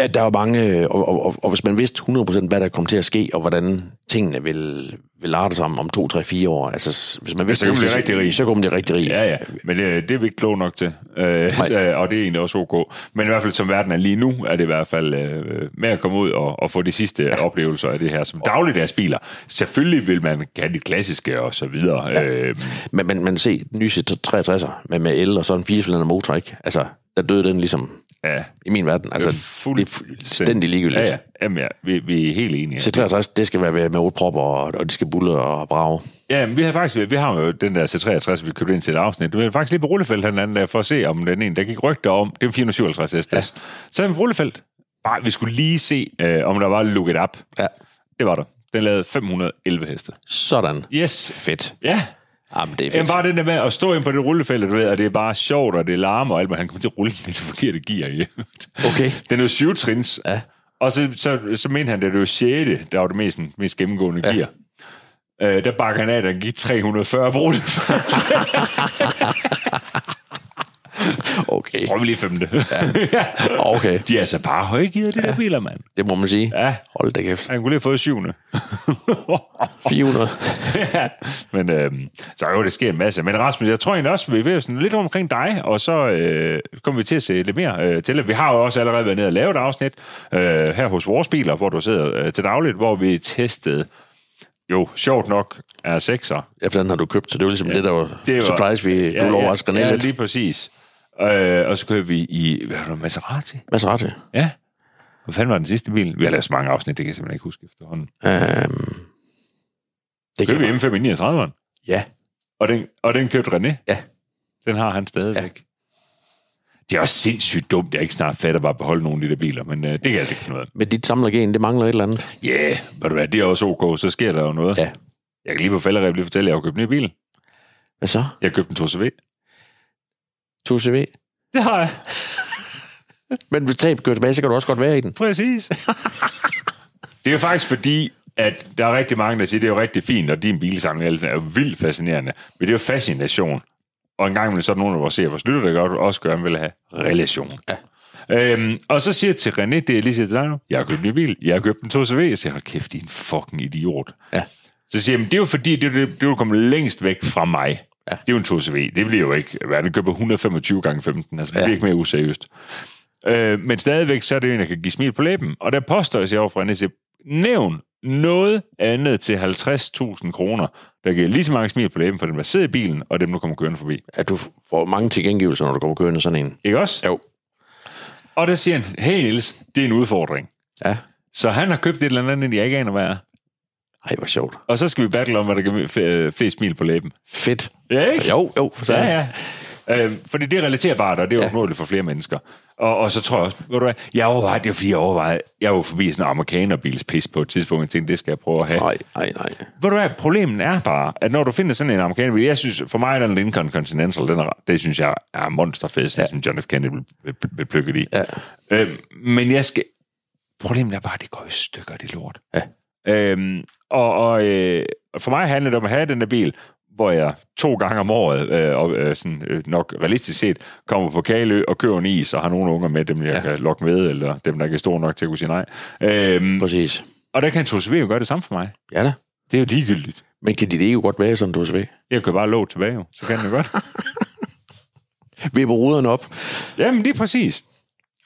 Speaker 2: Ja, der er jo mange, øh, og, og, og, og hvis man vidste 100% hvad der kom til at ske, og hvordan tingene vil, vil arte sammen om 2, 3, 4 år, altså s- hvis man
Speaker 1: så
Speaker 2: vidste
Speaker 1: kan man
Speaker 2: det,
Speaker 1: blive rigtig rig.
Speaker 2: så kunne man blive rigtig rig.
Speaker 1: Ja, ja, men det, det er vi ikke kloge nok til, øh, så, og det er egentlig også ok. Men i hvert fald som verden er lige nu, er det i hvert fald øh, med at komme ud og, og få de sidste ja. oplevelser af det her som dagligdagsbiler. Selvfølgelig vil man have de klassiske og så videre. Ja. Øh,
Speaker 2: Men, men, men se, den nye C63'er med, med el og sådan en 4 motor, ikke? Altså, der døde den ligesom
Speaker 1: ja,
Speaker 2: i min verden. Altså, det er fuldstændig ligegyldigt.
Speaker 1: Ja, ja. Jamen, ja, vi, vi er helt enige.
Speaker 2: C63, det skal være med med otte propper, og, og det skal bulle og brage.
Speaker 1: Ja, men vi har faktisk, vi har jo den der C63, vi købte ind til et afsnit. Vi var faktisk lige på Rullefelt den anden dag, for at se om den ene, der gik rygter om, det var 457 SDS. Ja. Så er vi på Rullefelt. Bare, vi skulle lige se, øh, om der var look it up.
Speaker 2: Ja.
Speaker 1: Det var der. Den lavede 511 heste.
Speaker 2: Sådan.
Speaker 1: Yes.
Speaker 2: Fedt.
Speaker 1: Ja.
Speaker 2: Jamen, det er
Speaker 1: Jamen
Speaker 2: fedt.
Speaker 1: bare den der med at stå ind på det rullefelt, du ved, og det er bare sjovt, og det larmer og alt, men han kommer til at rulle med det forkerte gear i øvrigt.
Speaker 2: Okay.
Speaker 1: Den er jo syv trins.
Speaker 2: Ja.
Speaker 1: Og så, så, så mente han, at det var 6. der var det mest, sådan, mest gennemgående ja. gear. Øh, der bakker han af, der gik 340 brug det
Speaker 2: Okay.
Speaker 1: Prøv lige femte. Ja.
Speaker 2: Okay.
Speaker 1: De er altså bare højgivet, de ja. der biler, mand.
Speaker 2: Det må man sige.
Speaker 1: Ja,
Speaker 2: Hold da kæft.
Speaker 1: han kunne lige have fået syvende.
Speaker 2: 400.
Speaker 1: ja. Men øhm, så jo, det sker en masse. Men Rasmus, jeg tror egentlig også, vi ved sådan lidt omkring dig, og så øh, kommer vi til at se lidt mere øh, til. det. Vi har jo også allerede været nede og lavet et afsnit øh, her hos vores biler, hvor du sidder øh, til dagligt, hvor vi testede, jo, sjovt nok, er 6'er.
Speaker 2: Ja, for den har du købt, så det var ligesom ja, det, der var, det
Speaker 1: var-
Speaker 2: var surprise, vi, ja, du lå overrasker
Speaker 1: ja,
Speaker 2: ja,
Speaker 1: ja,
Speaker 2: lidt.
Speaker 1: lige præcis. Øh, og så kører vi i, hvad var det, Maserati?
Speaker 2: Maserati.
Speaker 1: Ja. Hvad fanden var den sidste bil? Vi har lavet så mange afsnit, det kan jeg simpelthen ikke huske efterhånden.
Speaker 2: Øhm, det
Speaker 1: Købte vi
Speaker 2: jeg-
Speaker 1: M5 i 39'eren,
Speaker 2: Ja,
Speaker 1: og den, og den købte René.
Speaker 2: Ja.
Speaker 1: Den har han stadigvæk. Ja. Det er også sindssygt dumt, jeg ikke snart fatter bare at beholde nogle af de der biler, men øh, det kan jeg altså ikke finde ud af.
Speaker 2: med dit samlergen, det mangler et eller andet.
Speaker 1: Ja, yeah, ved du hvad, det er også ok, så sker der jo noget.
Speaker 2: Ja.
Speaker 1: Jeg kan lige på falderæb lige fortælle, at jeg har købt en ny bil.
Speaker 2: Hvad så?
Speaker 1: Jeg har købt en 2CV.
Speaker 2: 2CV.
Speaker 1: Det har jeg.
Speaker 2: Men hvis tab kører tilbage, så kan du også godt være i den.
Speaker 1: Præcis. det er jo faktisk fordi, at der er rigtig mange, der siger, at det er jo rigtig fint, og din bilsamling er jo vildt fascinerende. Men det er jo fascination. Og en gang imellem så er der nogen af vores seere, vores lytter, der godt også gerne vil have relation. Ja. Øhm, og så siger jeg til René, det er lige siger til dig nu, jeg har købt en ny bil, jeg har købt en 2CV. Jeg siger, hold kæft, din fucking idiot.
Speaker 2: Ja.
Speaker 1: Så siger jeg, "Men det er jo fordi, det, det, det er jo kommet længst væk fra mig.
Speaker 2: Ja.
Speaker 1: Det er jo en 2CV. Det bliver jo ikke, hvad er det, køber 125 gange 15, altså det
Speaker 2: Ja.
Speaker 1: bliver ikke mere useriøst. Øh, men stadigvæk, så er det jo en, der kan give smil på læben. Og der påstår jeg overfor René, siger, nævn noget andet til 50.000 kroner, der giver lige så mange smil på læben for dem, der sidder i bilen, og dem, der kommer kørende forbi.
Speaker 2: At du får mange tilgængivelser, når du kommer kørende sådan en.
Speaker 1: Ikke også?
Speaker 2: Jo.
Speaker 1: Og der siger han, hey Niels, det er en udfordring.
Speaker 2: Ja.
Speaker 1: Så han har købt et eller andet, jeg ikke aner, hvad er.
Speaker 2: Ej, hvor sjovt.
Speaker 1: Og så skal vi battle om, hvad der giver fl- flest smil på læben.
Speaker 2: Fedt.
Speaker 1: Ja, ikke?
Speaker 2: Jo, jo. Så.
Speaker 1: Ja, ja. Øh, fordi det er relaterbart, og det er jo ja. for flere mennesker. Og, og så tror jeg også, ved du hvad, jeg overvejede, det var fordi jeg overvejede, jeg var forbi sådan en amerikanerbils pis på et tidspunkt, jeg tænkte, det skal jeg prøve at have.
Speaker 2: Nej, nej, nej.
Speaker 1: Ved du hvad, problemet er bare, at når du finder sådan en amerikanerbil, jeg synes, for mig er den Lincoln Continental, den er, det synes jeg er monsterfest, ja. som John F. Kennedy blev- blev blev plukket i.
Speaker 2: Ja.
Speaker 1: Øh, men jeg skal... Problemet er bare, at det går i stykker, det lort.
Speaker 2: Ja.
Speaker 1: Øhm, og og øh, for mig handler det om at have den der bil, hvor jeg to gange om året, øh, og øh, sådan, øh, nok realistisk set, kommer på Kalø og køber en is, og har nogle unger med, dem jeg ja.
Speaker 2: Ja.
Speaker 1: kan lokke med, eller dem, der ikke er store nok til at kunne sige nej. Øhm,
Speaker 2: Præcis.
Speaker 1: og der kan en 2CV jo gøre det samme for mig.
Speaker 2: Ja da.
Speaker 1: Det er jo ligegyldigt.
Speaker 2: Men kan dit ego godt være sådan, du ved?
Speaker 1: Jeg kan bare låge tilbage, jo. så kan det godt.
Speaker 2: Vipper ruderne op.
Speaker 1: Jamen, det er præcis.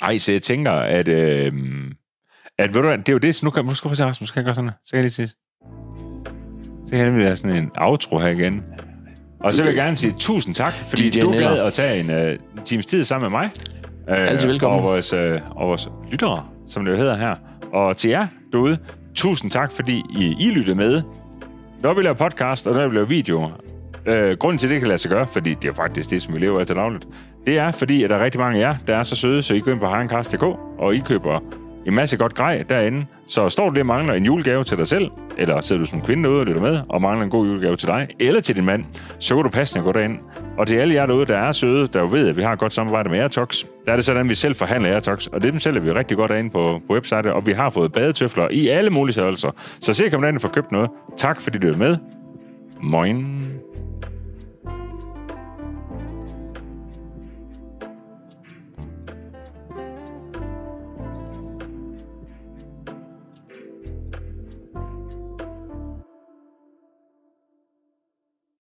Speaker 1: Ej, så jeg tænker, at... Øh, at ved du, hvad, det er jo det, så nu kan, nu skal jeg prøve at se, Rasmus, kan jeg gøre sådan her? Så kan jeg lige sige... Så kan jeg nemlig have sådan en outro her igen. Og så vil jeg gerne sige tusind tak, fordi
Speaker 2: DJ
Speaker 1: du
Speaker 2: Neller.
Speaker 1: gad at tage en, øh, en times tid sammen med mig. Øh,
Speaker 2: Altid velkommen.
Speaker 1: Og vores, øh, og vores lyttere, som det jo hedder her. Og til jer derude, tusind tak, fordi I, I lytter med. Når vi laver podcast, og når vi laver video, øh, grunden til, at det kan lade sig gøre, fordi det er faktisk det, som vi lever af til dagligt, det er, fordi at der er rigtig mange af jer, der er så søde, så I går ind på harencast.dk, og I køber en masse godt grej derinde. Så står du lige og mangler en julegave til dig selv, eller sidder du som kvinde derude og lytter med, og mangler en god julegave til dig, eller til din mand, så kan du passende gå derind. Og til alle jer derude, der er søde, der jo ved, at vi har et godt samarbejde med Airtox, der er det sådan, at vi selv forhandler Airtox, og dem sælger vi rigtig godt derinde på, på websitet, og vi har fået badetøfler i alle mulige størrelser. Så se, kom derind og få købt noget. Tak fordi du er med. Moin.